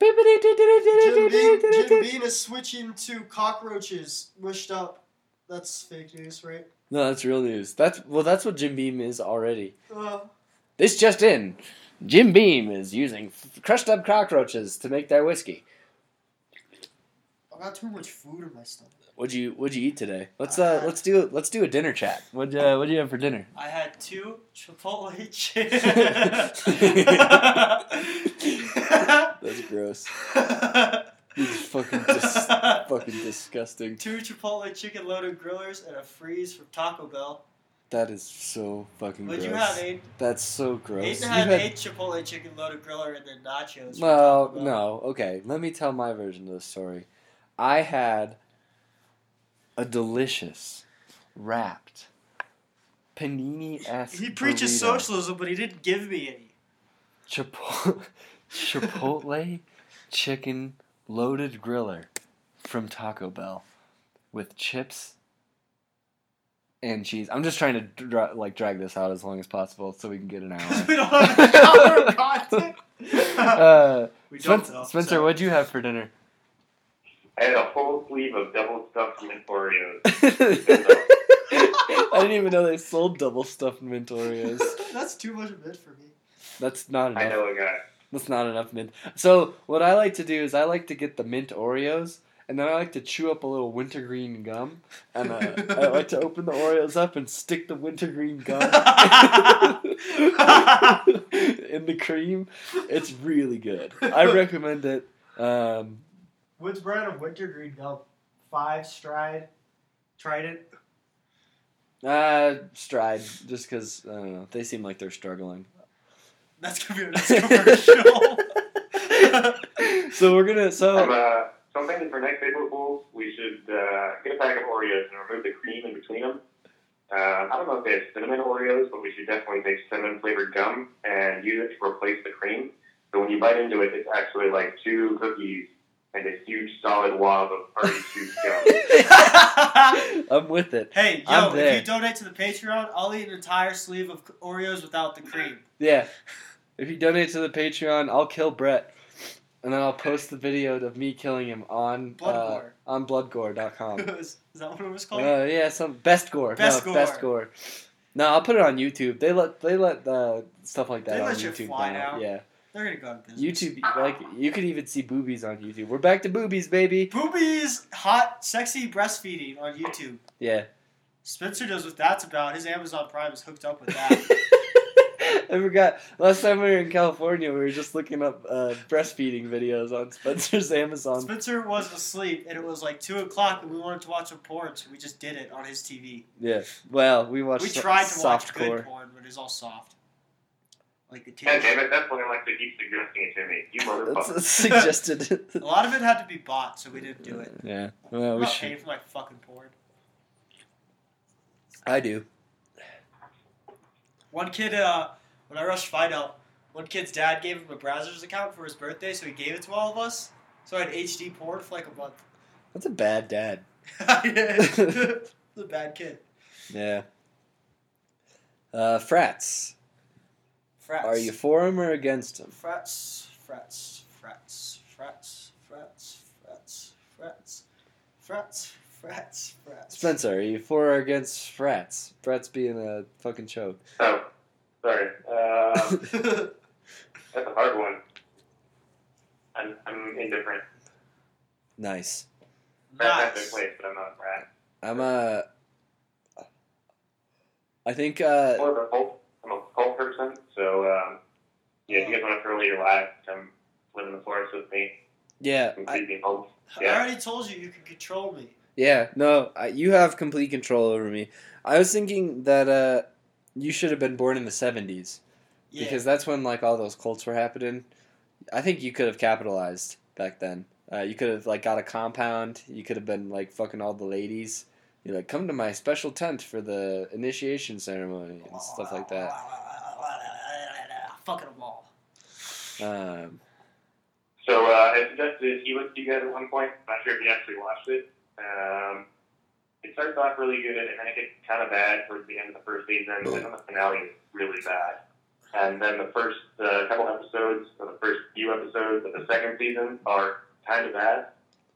B: Jim Beam, Jim Beam is switching to cockroaches wished up. That's fake news, right?
A: No, that's real news. That's well, that's what Jim Beam is already.
B: Uh,
A: This just in: Jim Beam is using f- crushed up cockroaches to make their whiskey.
B: I got too much food in my stomach.
A: What'd you What'd you eat today? Let's uh let's do let's do a dinner chat. What uh, What'd you have for dinner?
B: I had two Chipotle chips.
A: That's gross. It's fucking dis- fucking disgusting.
B: Two Chipotle chicken loaded grillers and a freeze from Taco Bell.
A: That is so fucking
B: Would
A: gross.
B: you have eight?
A: That's so gross.
B: Eight
A: You
B: had,
A: had-
B: eight Chipotle chicken loaded griller and then nachos. from
A: Well,
B: Taco Bell.
A: no. Okay, let me tell my version of the story. I had a delicious wrapped panini esque.
B: He preaches socialism, but he didn't give me any.
A: Chipotle, Chipotle chicken loaded griller from Taco Bell with chips and cheese. I'm just trying to dra- like drag this out as long as possible so we can get an
B: Because
A: hour.
B: we don't have an hour of content.
A: Uh,
B: we don't
A: Spencer,
B: know,
A: Spencer
B: so-
A: what'd you have for dinner?
C: I had a whole sleeve of double stuffed mint Oreos.
A: I didn't even know they sold double stuffed mint Oreos.
B: That's too much of it for me.
A: That's not
C: I
A: enough.
C: know a guy.
A: That's not enough mint. So what I like to do is I like to get the mint Oreos, and then I like to chew up a little wintergreen gum, and uh, I like to open the Oreos up and stick the wintergreen gum in the cream. It's really good. I recommend it. Um,
B: Woods brand of wintergreen gum? Five stride, Trident.
A: uh, stride just because I don't know. They seem like they're struggling.
B: That's gonna be our next commercial.
A: So we're gonna
C: I'm,
A: so
C: uh, so I'm thinking for next April Fools, we should uh, get a pack of Oreos and remove the cream in between them. Uh, I don't know if they have cinnamon Oreos, but we should definitely make cinnamon flavored gum and use it to replace the cream. So when you bite into it, it's actually like two cookies and a huge solid wad of already chewed gum.
A: I'm with it.
B: hey,
A: I'm
B: yo,
A: there.
B: if you donate to the Patreon, I'll eat an entire sleeve of Oreos without the cream.
A: Yeah. If you donate to the Patreon, I'll kill Brett. And then I'll post the video of me killing him on uh,
B: Bloodgore.
A: on bloodgore.com. uh,
B: is, is that what it was called?
A: yeah, some best gore.
B: Best
A: no,
B: Gore.
A: best gore. No, I'll put it on YouTube. They let they let uh, stuff like that
B: They
A: on
B: let shit
A: YouTube
B: fly
A: now.
B: now.
A: Yeah,
B: They're gonna go on business.
A: YouTube like you could even see boobies on YouTube. We're back to boobies, baby.
B: Boobies, hot, sexy breastfeeding on YouTube.
A: Yeah.
B: Spencer knows what that's about. His Amazon Prime is hooked up with that.
A: I forgot. Last time we were in California, we were just looking up uh, breastfeeding videos on Spencer's Amazon
B: Spencer was asleep, and it was like two o'clock, and we wanted to watch some porn, so we just did it on his TV.
A: Yeah. Well, we watched.
B: We tried to watch
A: soft
B: good porn, but it's all soft, like the
C: God damn
B: titties.
C: it, that's what I like to keep suggesting it to me. You
A: That's
C: motherfucker.
A: that's suggested.
B: A lot of it had to be bought, so we didn't do it.
A: yeah. Well,
B: I'm
A: we
B: not
A: should.
B: paying for my fucking porn.
A: I do.
B: One kid, uh, when I rushed Fido, one kid's dad gave him a browser's account for his birthday, so he gave it to all of us. So I had HD porn for like a month.
A: That's a bad dad.
B: the bad kid.
A: Yeah. Uh, frats.
B: Frats.
A: Are you for him or against him?
B: Frats, frats, frats, frats, frats, frats, frats, frats, frats, frats.
A: Spencer, are you for or against frats? Frats being a fucking choke.
C: Oh, sorry. Uh,
B: Spencer.
C: that's a hard one. I'm, I'm indifferent.
A: Nice.
C: That's
B: nice.
C: place, but I'm not a rat.
A: I'm a. I think. Uh,
C: more of a cult. I'm a cult person, so um, yeah. If you guys want to throw me your life, come live in the forest with me.
A: yeah.
C: Come
A: I,
C: feed me home.
B: I
C: Yeah.
B: already told you you can control me.
A: yeah. No. I, you have complete control over me. I was thinking that uh, you should have been born in the '70s.
B: Yeah.
A: because that's when like all those cults were happening. I think you could have capitalized back then. Uh, you could have like got a compound. You could have been like fucking all the ladies. You're like, come to my special tent for the initiation ceremony and stuff like that.
B: Fucking them all.
A: Um,
C: So uh, I suggested Helix to you guys at one point. I'm not sure if you actually watched it. Um, it starts off really good, and then it gets kind of bad towards the end of the first season, and then the finale is really bad. And then the first uh, couple episodes, or the first few episodes of the second season are kind of bad,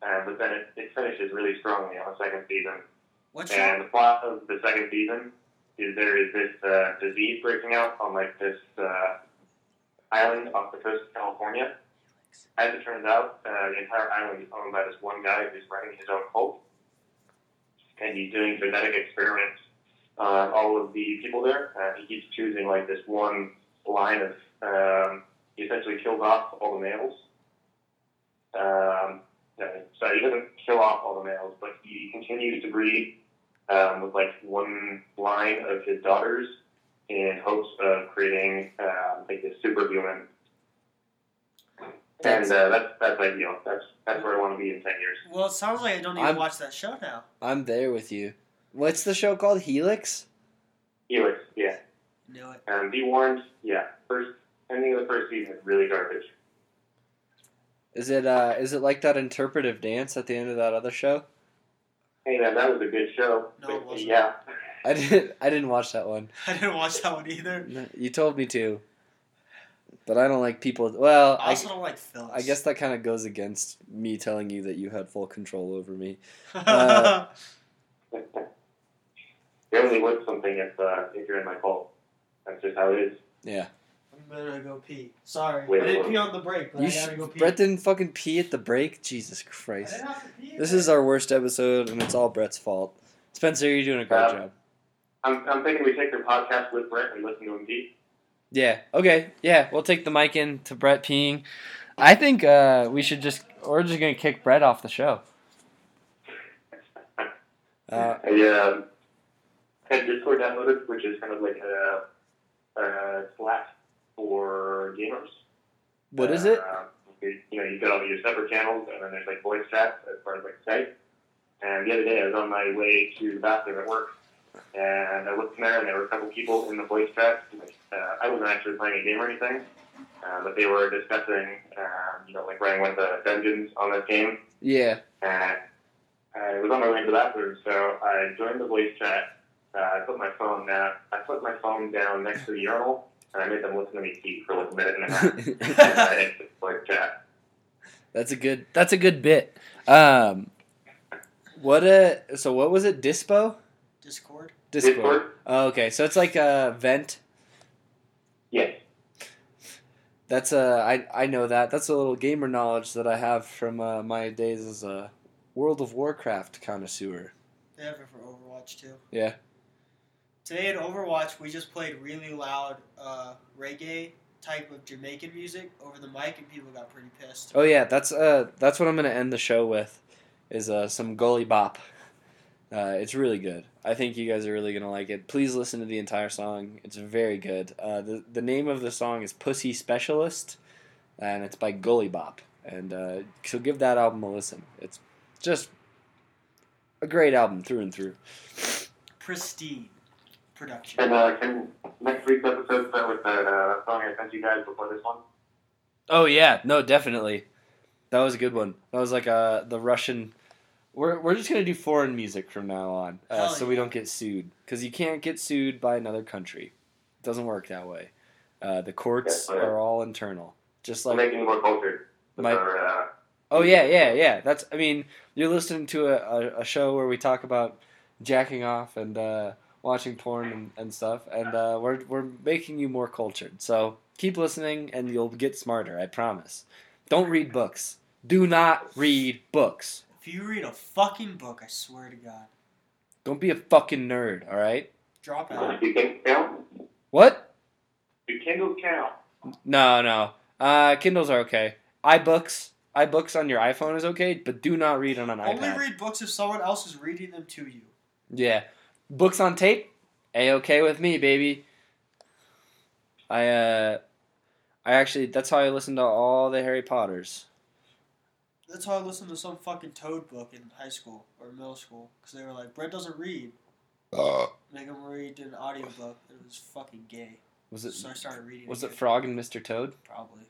C: uh, but then it, it finishes really strongly on the second season.
B: What show?
C: And the plot of the second season is there is this uh, disease breaking out on like this uh, island off the coast of California, As it turns out, uh, the entire island is owned by this one guy who's running his own cult, and he's doing genetic experiments on all of the people there. Uh, he keeps choosing like this one line of. Um, he essentially kills off all the males. Um, no, sorry, he doesn't kill off all the males, but he continues to breed um, with like one line of his daughters in hopes of creating um, like this superhuman. And uh, that's that's ideal. That's that's where I want to be in ten years.
B: Well, it sounds like I don't even
A: I'm-
B: watch that show now.
A: I'm there with you. What's the show called? Helix?
C: Helix, yeah.
B: Knew it.
C: Um, be warned, yeah. First ending of the first season is really garbage.
A: Is it uh is it like that interpretive dance at the end of that other show?
C: Hey man, that was a good show.
B: No, it wasn't.
C: Yeah,
A: I didn't I didn't watch that one.
B: I didn't watch that one either.
A: No, You told me to. But I don't like people well,
B: I
A: I,
B: also don't like Phyllis.
A: I guess that kind of goes against me telling you that you had full control over me. uh,
B: uh,
C: you only would something if uh, if you're in my cult. That's just how it is.
A: Yeah.
B: I'm gonna go pee. Sorry,
C: Wait,
B: I didn't
C: wait.
B: pee on the break, but
A: You
B: I gotta
A: sh-
B: go pee.
A: Brett didn't fucking pee at the break? Jesus
B: I
A: Christ.
B: didn't have to pee.
A: This is our worst episode, and it's all Brett's fault. Spencer, you're doing a great
C: Uh,
A: job.
C: I'm, I'm thinking we take their podcast with Brett and listen to him deep.
A: Yeah. Okay. Yeah, we'll take the mic in to Brett peeing. I think uh, we should just we're just gonna kick Brett off the show. Uh,
C: I um, had Discord downloaded, which is kind of like a, a Slack for gamers.
A: what is it?
C: Uh, you you know, you got all your separate channels, and then there's like voice chat as part of like Skype. And the other day, I was on my way to the bathroom at work, and I looked in there, and there were a couple people in the voice chat. Like, uh, I wasn't actually playing a game or anything, uh, but they were discussing, um, you know, like running one of the dungeons on this game.
A: Yeah.
C: And Uh, I was on my way to the bathroom, so I joined the voice chat. Uh, I put my phone down. I put my phone down next to the urinal, and I made them listen to me pee for like a minute and a half. and I hit the voice chat.
A: that's a good. That's a good bit. Um, what a so what was it? Dispo.
B: Discord.
A: Discord.
C: Discord?
A: Oh, okay, so it's like a vent.
C: Yes.
A: That's a I I know that. That's a little gamer knowledge that I have from uh, my days as a World of Warcraft connoisseur.
B: They have it for Overwatch too.
A: Yeah.
B: Today in Overwatch, we just played really loud uh, reggae type of Jamaican music over the mic, and people got pretty pissed.
A: Oh yeah, that's uh that's what I'm gonna end the show with, is uh some Gully Bop. Uh, it's really good. I think you guys are really gonna like it. Please listen to the entire song. It's very good. Uh, the the name of the song is Pussy Specialist, and it's by Gully Bop. And uh, so give that album a listen. It's just a great album through and through.
B: Pristine production.
C: And uh, can next week's episode start with that uh, song I sent you guys before this one?
A: Oh yeah, no, definitely. That was a good one. That was like uh the Russian. We're we're just gonna do foreign music from now on, uh,
B: Hell
A: so we
B: yeah.
A: don't get sued because you can't get sued by another country. It doesn't work that way. Uh, the courts
C: Yeah, right.
A: are all internal, just
C: We're
A: like
C: making it more cultured. with
A: my.
C: our, uh,
A: Oh yeah, yeah, yeah. That's I mean, you're listening to a, a, a show where we talk about jacking off and uh, watching porn and, and stuff, and uh, we're we're making you more cultured. So keep listening, and you'll get smarter. I promise. Don't read books. Do not read books.
B: If you read a fucking book, I swear to God,
A: Don't be a fucking nerd. All right.
B: drop out.
C: do Kindles count?
A: What?
C: Do Kindles count?
A: No, no. Uh, Kindles are okay. iBooks, iBooks on your iPhone is okay, but do not read on an
B: Only
A: iPad.
B: read books if someone else is reading them to you.
A: Yeah. Books on tape? A okay with me, baby. I uh I actually that's how I listen to all the Harry Potters.
B: That's how I listened to some fucking Toad book in high school or middle school because they were like, "Brett doesn't read." Make him read an audiobook. It was fucking gay.
A: Was it
B: so I started reading.
A: was
B: again.
A: it Frog and Mr. Toad?
B: Probably. It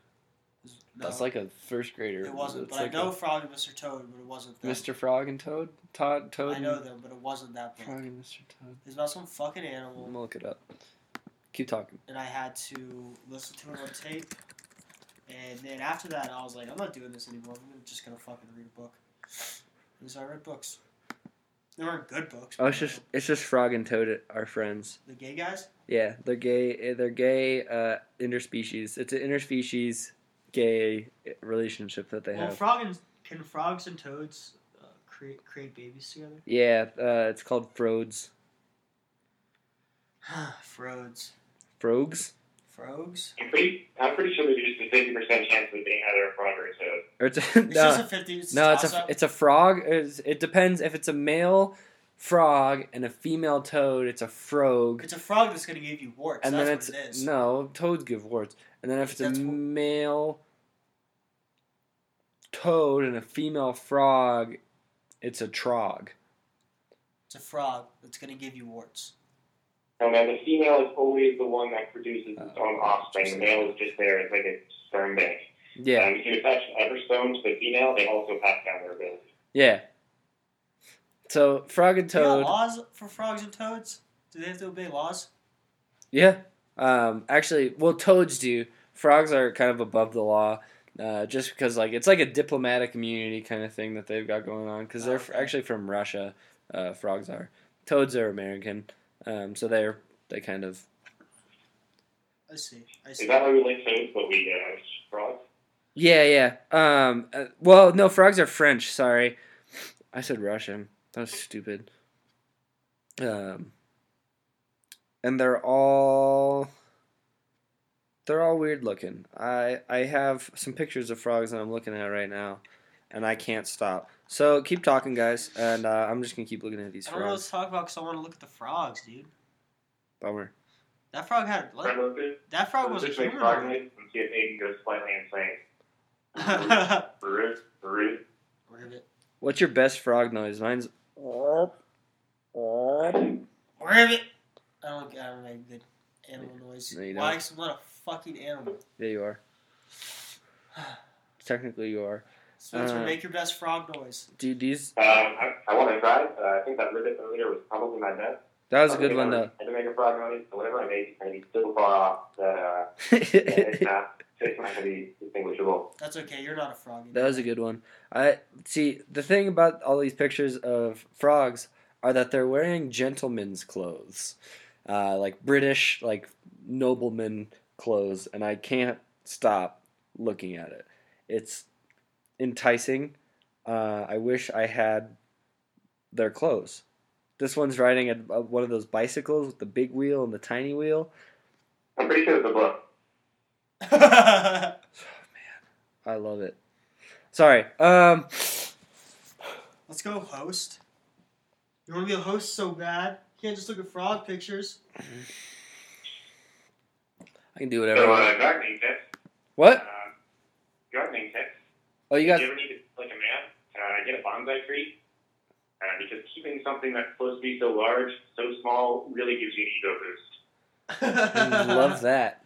B: was-
A: That's
B: no,
A: like a first grader.
B: it wasn't.
A: It's
B: But I
A: like
B: know
A: a-
B: Frog and Mr. Toad, but it wasn't them.
A: Mr. Frog and Toad? Todd Toad
B: I know
A: and
B: them, but it wasn't that book.
A: Frog and Mr. Toad.
B: It's about some fucking
A: I'm
B: animal,
A: gonna look it up. Keep talking.
B: and I had to listen to it on tape. And then after that, I was like, I'm not doing this anymore. I'm just gonna fucking read a book. And so I read books. They weren't good books.
A: Oh,
B: but
A: it's just it's just Frog and Toad are friends.
B: the gay guys.
A: eh, Yeah, they're gay. They're gay. Uh, interspecies. It's an interspecies gay relationship that they
B: well,
A: have.
B: frog and can frogs and toads uh, create create babies together?
A: yeah, uh, it's called Frogs.
B: Frogs.
A: Frogs?
B: Frogs.
C: I'm pretty, I'm pretty sure there's just a 50% chance of being either a frog or a toad.
A: Or it's
B: It's
A: no,
B: just a fifty. It's
A: no, it's a
B: toss-up.
A: it's a frog. It's, it depends if it's a male frog and a female toad. It's a frog.
B: It's a frog that's gonna give you warts.
A: and
B: that's
A: then it's
B: what it is.
A: no toads give warts. And then if it's
B: That's
A: a
B: wh-
A: male toad and a female frog, it's a trog.
B: It's a frog that's gonna give you warts.
C: No, man, the female is always the one that produces
A: Uh,
C: its own offspring. The male is just there. It's like a sperm bank.
A: Yeah,
C: Um, if you attach an everstone to the female, they also pass down their ability.
A: yeah. So frog and
B: Do you know
A: toad.
B: laws for frogs and toads? Do they have to obey laws?
A: Yeah. Um, actually, well, toads do. Frogs are kind of above the law, uh, just because like it's like a diplomatic immunity kind of thing that they've got going on. Because they're f-
B: Okay.
A: actually from Russia. Uh, frogs are. Toads are American, um, so they're they kind of
B: I see. I
C: Is
B: see.
C: that why we like toads, but we uh, frogs?
A: yeah yeah. Um, uh, well, no, frogs are French. Sorry, I said Russian. That was stupid. Um, and they're all they're all weird looking. I I have some pictures of frogs that I'm looking at right now, and I can't stop. So keep talking, guys, and uh, I'm just gonna keep looking at these
B: I don't know what
A: frogs.
B: to talk about because I want to look at the frogs, dude.
A: Bummer.
B: That frog had like,
C: Remember this?
B: that frog was a
C: Let's just make
B: human.
C: frog
B: already.
C: noise and see if Aiden goes slightly insane. Root, root.
B: Ribbit.
A: What's your best frog noise? Mine's. No,
B: Ribbit. I don't. I don't make good animal noise.
A: No, you
B: Why?
A: don't.
B: 'Cause I'm not a fucking animal.
A: There you are. Technically, you are.
B: Spencer,
A: Uh,
B: make your best frog noise.
A: Dude, these.
C: Um, I, I want to try. it. Uh, I think that ribbit earlier was probably my best.
A: That was a good one though.
C: I had to make a frog noise, so whatever I make, it's going to be so far off that uh, that it's
A: that
C: not, it's not going to be distinguishable.
B: That's okay. You're not a frog. anymore.
A: was a good one. I see. The thing about all these pictures of frogs are that they're wearing gentlemen's clothes, uh, like British, like nobleman clothes, and I can't stop looking at it. It's enticing. Uh, I wish I had their clothes. This one's riding a, a, one of those bicycles with the big wheel and the tiny wheel.
C: I'm pretty sure it's a book.
A: I love it. Sorry. Um,
B: Let's go host. You want to be a host so bad? You can't just look at frog pictures.
A: I can do whatever. I
C: So,
A: want.
C: uh, gardening tips.
A: What?
C: Uh, gardening tips.
A: Oh, you
C: If
A: got
C: you ever need to, like a man, uh, get a bonsai tree. Uh, because keeping something that's supposed to be so large, so small, really gives you an ego boost.
A: love that.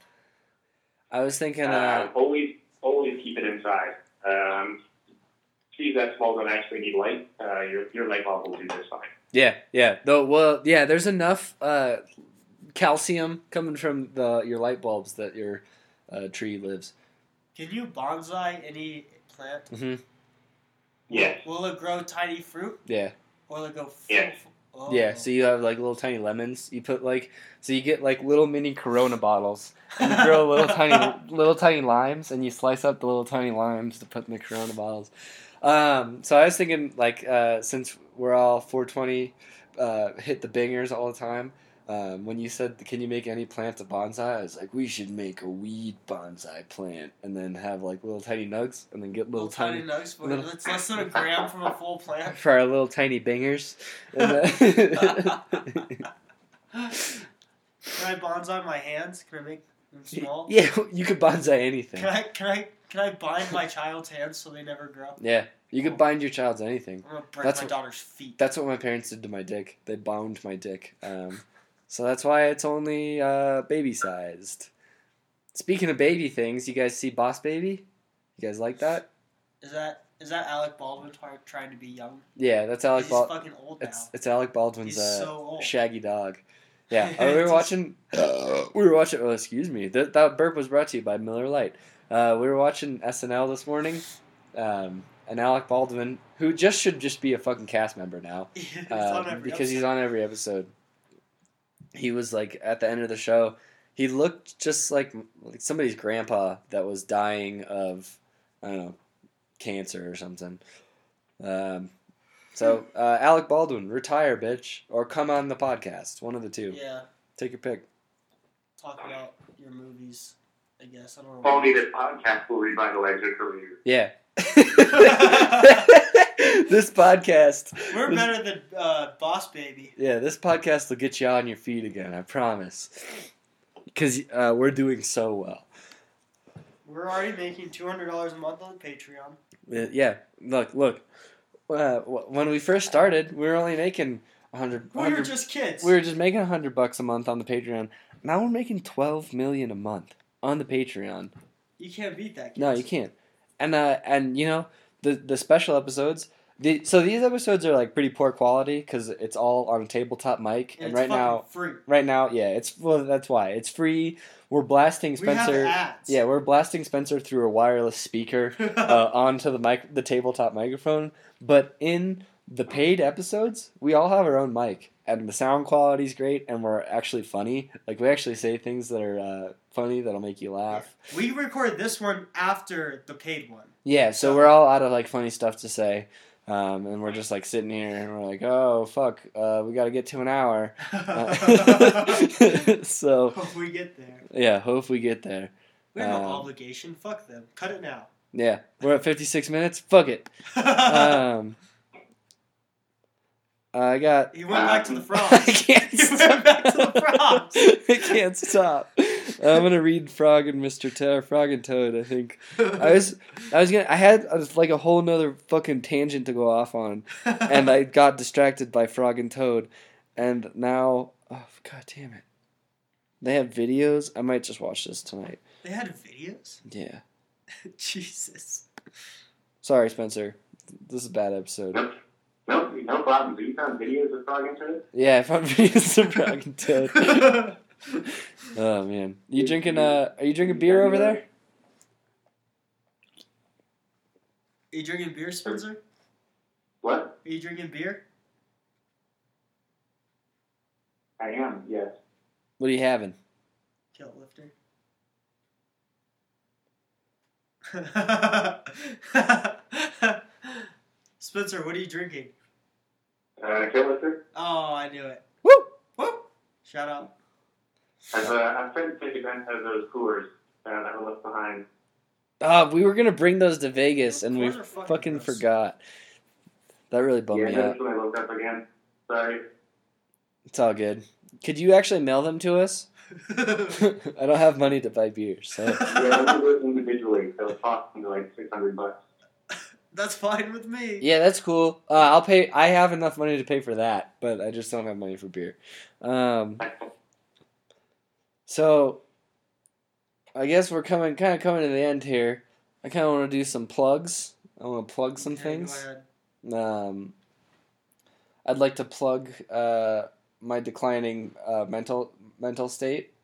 A: I was thinking, uh,
C: Um, always, always keep it inside. Um, trees that small don't actually need light. Uh, your your light bulb will do just fine.
A: yeah, yeah. Though, well, yeah. There's enough uh, calcium coming from the your light bulbs that your uh, tree lives.
B: Can you bonsai any plant?
A: Mm-hmm.
C: Yes.
B: Will it grow tiny fruit?
A: Yeah,
B: Or will it go full?
C: Yes.
B: fu- Oh.
A: yeah. So you have like little tiny lemons. You put like so you get like little mini Corona bottles. And you grow little tiny little tiny limes, and you slice up the little tiny limes to put in the Corona bottles. Um, so I was thinking, like, uh, since we're all 420, uh, hit the bangers all the time. Um, when you said, "Can you make any plant a bonsai?" I was like, "We should make a weed bonsai plant, and then have like little tiny nugs, and then get little,
B: little tiny
A: tiny,
B: nugs. but
A: little-
B: It's less than a gram from a full plant.
A: for our little tiny bangers." And then-
B: Can I bonsai my hands? Can I make them small?
A: yeah, you could bonsai anything.
B: Can I can I can I bind my child's hands so they never grow? up?
A: Yeah, you
B: Oh.
A: could bind your child to anything.
B: I'm gonna break
A: That's
B: my
A: what-
B: daughter's feet.
A: That's what my parents did to my dick. They bound my dick. Um, so that's why it's only uh, baby sized. Speaking of baby things, you guys see Boss Baby? You guys like that?
B: Is that is that Alec Baldwin tar- trying to be young?
A: Yeah, that's Alec
B: He's
A: Baldwin.
B: fucking old now.
A: It's it's Alec Baldwin's
B: He's
A: uh,
B: so old.
A: shaggy dog. Yeah, uh, we were watching. we were watching. Oh, excuse me. That that burp was brought to you by Miller Lite. Uh, we were watching SNL this morning, um, and Alec Baldwin, who just should just be a fucking cast member now.
B: He's
A: uh,
B: on every
A: because he's
B: episode.
A: on every episode. He was like at the end of the show, He looked just like, like somebody's grandpa that was dying of, I don't know, cancer or something. Um, so
B: Hmm.
A: uh, Alec Baldwin, retire, bitch, or come on the podcast. One of the two.
B: Yeah,
A: Take your pick.
B: talk about your movies. I guess I don't know.
C: Only this podcast will revitalize your career.
A: Yeah. this podcast.
B: We're better than uh, Boss Baby.
A: Yeah, this podcast will get you on your feet again. I promise. Because uh, we're doing so well.
B: We're already making two hundred dollars a month on Patreon.
A: Uh, yeah, look, look. Uh, wh- when we first started, we were only making a hundred.
B: We were
A: hundred-
B: just kids.
A: we were just making a hundred bucks a month on the Patreon. Now we're making twelve million a month on the Patreon.
B: you can't beat that. Kids.
A: No, you can't. And uh, and you know the the special episodes. The, so these episodes are like pretty poor quality because it's all on a tabletop mic.
B: And,
A: And
B: it's
A: right
B: fucking
A: now,
B: free.
A: right now, yeah, it's well, that's why it's free. We're blasting
B: We
A: Spencer.
B: have ads.
A: yeah, we're blasting Spencer through a wireless speaker uh, onto the mic, the tabletop microphone. But in the paid episodes, we all have our own mic, and the sound quality's great, and we're actually funny. Like we actually say things that are uh, funny that'll make you laugh.
B: we recorded this one after the paid one.
A: Yeah, so we're all out of like funny stuff to say, um, and we're just like sitting here, and we're like, oh fuck, uh, we got to get to an hour. Uh, so
B: Hope we get there.
A: yeah, hope we get there.
B: We have no
A: Um,
B: obligation. Fuck them. Cut it now.
A: Yeah, we're at 56 minutes. Fuck it. Um, I got.
B: he went back to the
A: I
B: frogs.
A: can't.
B: He went back to the
A: stop.
B: frogs.
A: I can't stop. I'm gonna read Frog and Mr. Toad, Frog and Toad. I think I was, I was gonna, I had I was like a whole nother fucking tangent to go off on, and I got distracted by Frog and Toad, and now, oh god damn it, they have videos. I might just watch this tonight.
B: they had videos.
A: Yeah,
B: Jesus.
A: sorry, Spencer. This is a bad episode.
C: Nope. Nope, no problem. Do you found videos of frog internet?
A: Yeah, if I'm being some Frog and Toad. Oh man, you drinking? Uh, are you drinking beer over there?
B: Are you drinking beer, Spencer?
C: What?
B: Are you drinking beer?
C: I am, yes.
A: What are you having?
B: Kilt lifter. Spencer, what are you drinking?
C: Uh, Kill Lifter?
B: Oh, I knew it.
A: Woo!
B: Whoop! Shout out.
C: I've, uh, I'm trying to take advantage of those coolers uh, that were left behind.
A: Ah, we were gonna bring those to Vegas
B: Those
A: and we
B: cars are fucking
A: fucking
B: gross.
A: forgot. That really bummed
C: yeah,
A: me
C: that's
A: out.
C: when I looked up again. Sorry.
A: It's all good. Could you actually mail them to us? I don't have money to buy beer, so
C: Yeah, I do it individually, so it cost me like 600 bucks.
B: That's fine with me.
A: yeah, that's cool. Uh, I'll pay. I have enough money to pay for that, but I just don't have money for beer. Um, so I guess we're coming, kind of coming to the end here. I kind of want to do some plugs. I want to plug some
B: Yeah, go
A: things.
B: ahead.
A: Um, I'd like to plug uh, my declining uh, mental mental state.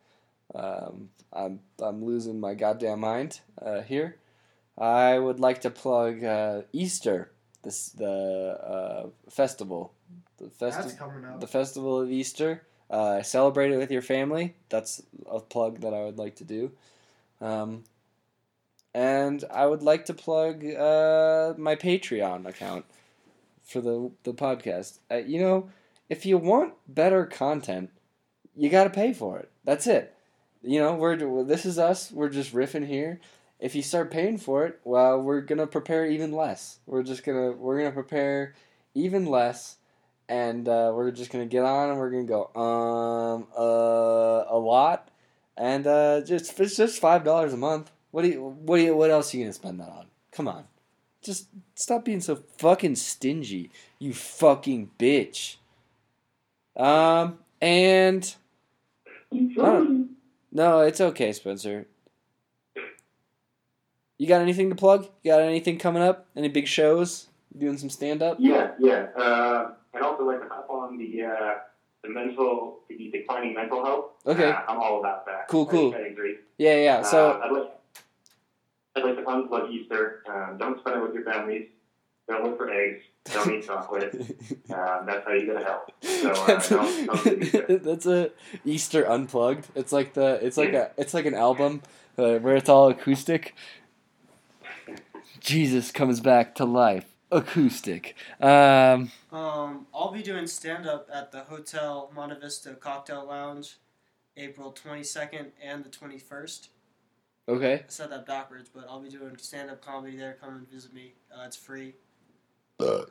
A: Um, I'm I'm losing my goddamn mind uh, here. I would like to plug uh, Easter, this the uh, festival, the
B: That's
A: festival,
B: coming up.
A: the festival of Easter. Uh, celebrate it with your family. That's a plug that I would like to do. Um, and I would like to plug uh, my Patreon account for the the podcast. Uh, you know, if you want better content, you got to pay for it. That's it. You know, we're this is us. We're just riffing here. If you start paying for it, well, we're gonna prepare even less. We're just gonna we're gonna prepare even less, and uh, we're just gonna get on and we're gonna go um uh a lot, and uh, just it's just five dollars a month. What do you what do you, what else are you gonna spend that on? Come on, just stop being so fucking stingy, you fucking bitch. Um and I don't- no, it's okay, Spencer. You got anything to plug? You got anything coming up? Any big shows? You doing some stand up?
C: Yeah, yeah. Uh, I'd also like to hop on the uh, the mental, the declining mental health.
A: Okay.
C: Uh, I'm all about that.
A: Cool,
C: I-
A: cool.
C: I, agree.
A: Yeah, yeah. So
C: uh, I'd like I'd like to unplug Easter. Uh, don't spend it with your families. Don't look for eggs. Don't eat chocolate. Um, that's how you get help. So uh,
A: that's,
C: don't, don't do these
A: a,
C: things.
A: that's a Easter unplugged. It's like the it's like a it's like an album uh, where it's all acoustic. Jesus comes back to life, acoustic. Um,
B: Um, I'll be doing stand up at the Hotel Monte Vista Cocktail Lounge April 22nd and the 21st.
A: okay,
B: I said that backwards, but I'll be doing stand up comedy there. Come and visit me. Uh, it's free.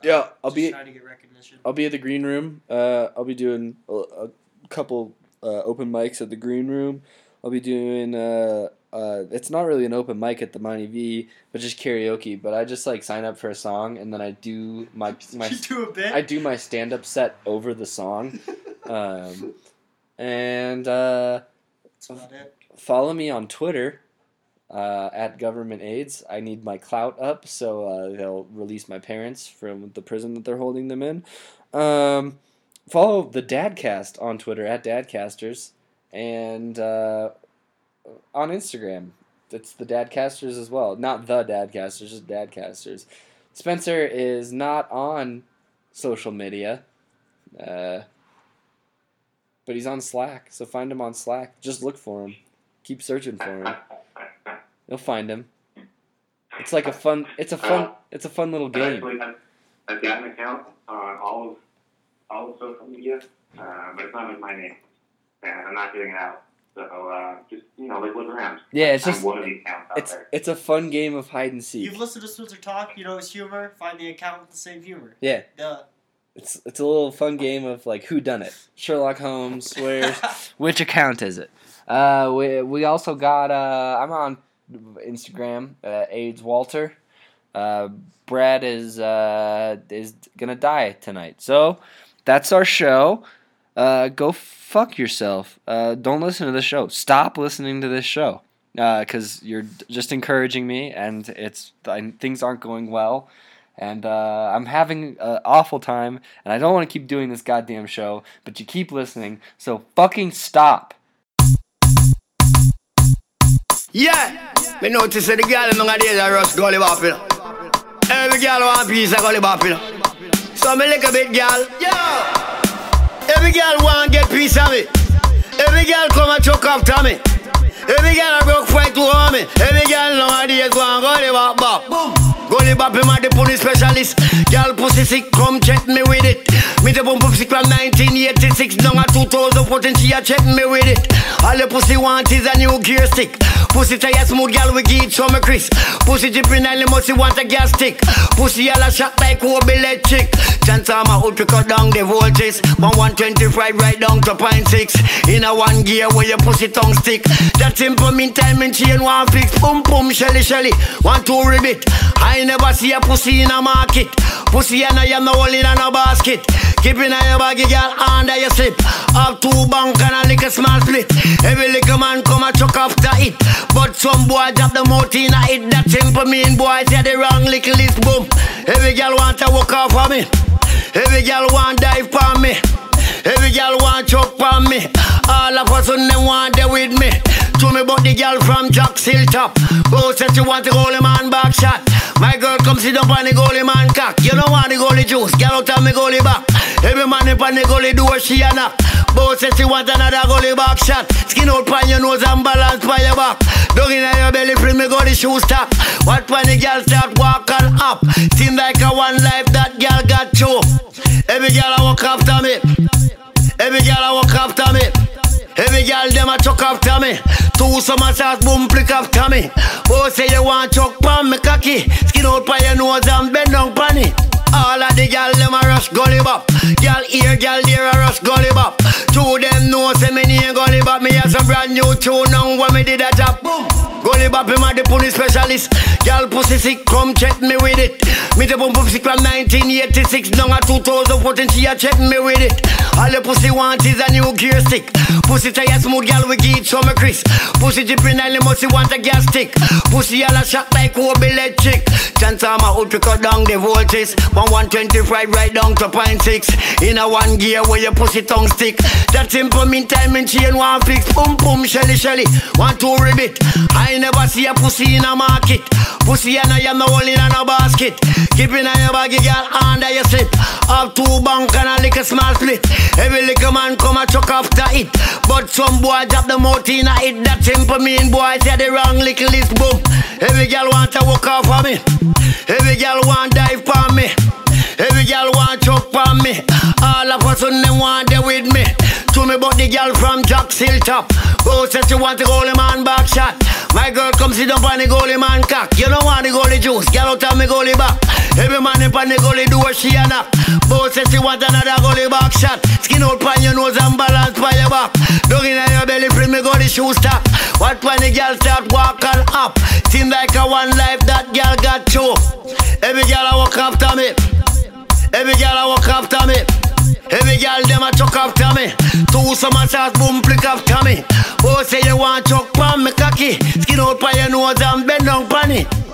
A: yeah, I'll
B: Just
A: be
B: trying to get recognition.
A: I'll be at the green room. Uh, I'll be doing a, a couple uh, open mics at the green room. I'll be doing. Uh, uh, it's not really an open mic at the Monty V, but just karaoke. But I just like sign up for a song and then I do my my
B: you do a bit?
A: I do my stand up set over the song. Um, and uh,
B: That's about it.
A: follow me on Twitter uh, at government aids. I need my clout up so uh, they'll release my parents from the prison that they're holding them in. Um, follow the Dadcast on Twitter at Dadcasters and uh, on Instagram. It's the Dadcasters as well. Not the Dadcasters, just Dadcasters. Spencer is not on social media. Uh, but he's on Slack, so find him on Slack. Just look for him. Keep searching for him. You'll find him. It's like a fun. It's a fun. It's a fun little
C: And
A: game.
C: Actually, I've, I've got an account on all of all of social media, uh, but it's not in my name, and I'm not getting it out. So uh, just you know, like look around.
A: Yeah, it's
C: I'm
A: just.
C: one of the accounts out
A: It's
C: there.
A: it's a fun game of hide and seek.
B: You've listened to Spencer talk. You know his humor. Find the account with the same humor.
A: Yeah,
B: Duh.
A: it's it's a little fun game of like who done it. Sherlock Holmes. Where's which account is it? Uh, we we also got. Uh, I'm on Instagram. Uh, AIDS Walter. Uh, Brad is uh, is gonna die tonight. So that's our show. Uh, go fuck yourself. Uh, don't listen to this show. Stop listening to this show because you're d- just encouraging me, and it's I, things aren't going well, and uh, I'm having an awful time, and I don't want to keep doing this goddamn show. But you keep listening, so fucking stop.
I: Yeah, me notice that the girl among the days I rush gully bopping. Every girl want piece of gully bopping. So me lick a bit, girl. Yeah. Every girl want get piece of me. Every girl come and choke after me. Every girl I broke fight to harm me. Every girl nowadays want gully bop bop. Gully bop him at the police specialist. Girl pussy sick, come check me with it. Me the bump up sick from 1986 down at 2014. She a check me with it. All the pussy want is a new gear stick. Pussy tired smooth girl we give it some Chris. Pussy dripping and the musty want a gas stick. Pussy all a shot like Kobe electric. Chance I'm a out to cut down the voltage. One 125 right down to point six. In a one gear where your pussy tongue stick. That simple mean time and chain one fix. Boom boom shelly shelly. One two ribbit. I never see a pussy in a market. Pussy and I am no hole in a basket. Keeping on your baggy girl under your slip. Up two bank and a little small split. Every little man come a chuck after it. But some boy drop the mouth in a it. That simple mean boy say the wrong little list boom. Every girl want to walk off for me. Every girl want dive for me. Every girl want choke for me. All of us on them want they with me. To me about the girl from Jack's Hilltop. Who Oh, said you want the goalie man back shot? My girl come sit down on the goalie man cock. You don't want the goalie juice. Get out of me goalie back. Every man up on the goalie door she a knock. Bo said she want another goalie back shot. Skin out pan your nose and balance pan your back. Dug in your belly free me goalie shoe stop. What pan the girl start walk on up. Seem like a one life that girl got two. Every girl I walk after me. Every girl I walk after me. Every girl them a chuck after me. Two summer sauce boom flick after me. Oh say you want chuck pan me cocky. Skin out by your nose and bend down pan it. All of the girl them a rush gully bop. Girl here, girl there a rush gully bop. Two them know say me name gully bop. Me have some brand new tune now when me did a job. Boom. Gully bop him a the police specialist. Girl pussy sick, come check me with it. Me the bump up sick from 1986 down at 2014. She a check me with it. All the pussy want is a new gear stick. Pussy tired smooth girl we give it some a Chris. Pussy dripping and the musty want a gas stick. Pussy all a shot like Kobe electric. Chance transformer out to cut down the voltage. One 125 right down to point six. In a one gear where you push it on stick. That simple mean time and chain one fix. Boom boom shelly shelly. One two ribbit. I never see a pussy in a market. Pussy and I am the only in a basket. Keeping on your baggy girl under your slip. Up two bank and a little small split. Every little man come a chuck after it. But some boy drop the mouth in a it. That simple mean boy said the wrong little list boom. Every girl want to walk off of me. Every girl want dive for me. Every girl want choke for me. All of a sudden them want they with me. To me about the girl from Jack's Hilltop. Who said she want the goalie man back shot? My girl come sit down on the goalie man cock. You don't want the goalie juice. Girl out on me goalie back. Every man in on the goalie do what she a knock. Who said she want another goalie back shot? Skin out pan your nose and balance by your back. Down in your belly free me go the shoe stop. What when the girl start walk all up? Seem like a one life that girl got two. Every girl I walk after me. Every girl I walk after me. Every girl them a chuck after me. Two summer sauce boom flick after me. Oh say you want chuck pan me cocky. Skin out by your nose and bend down pan it.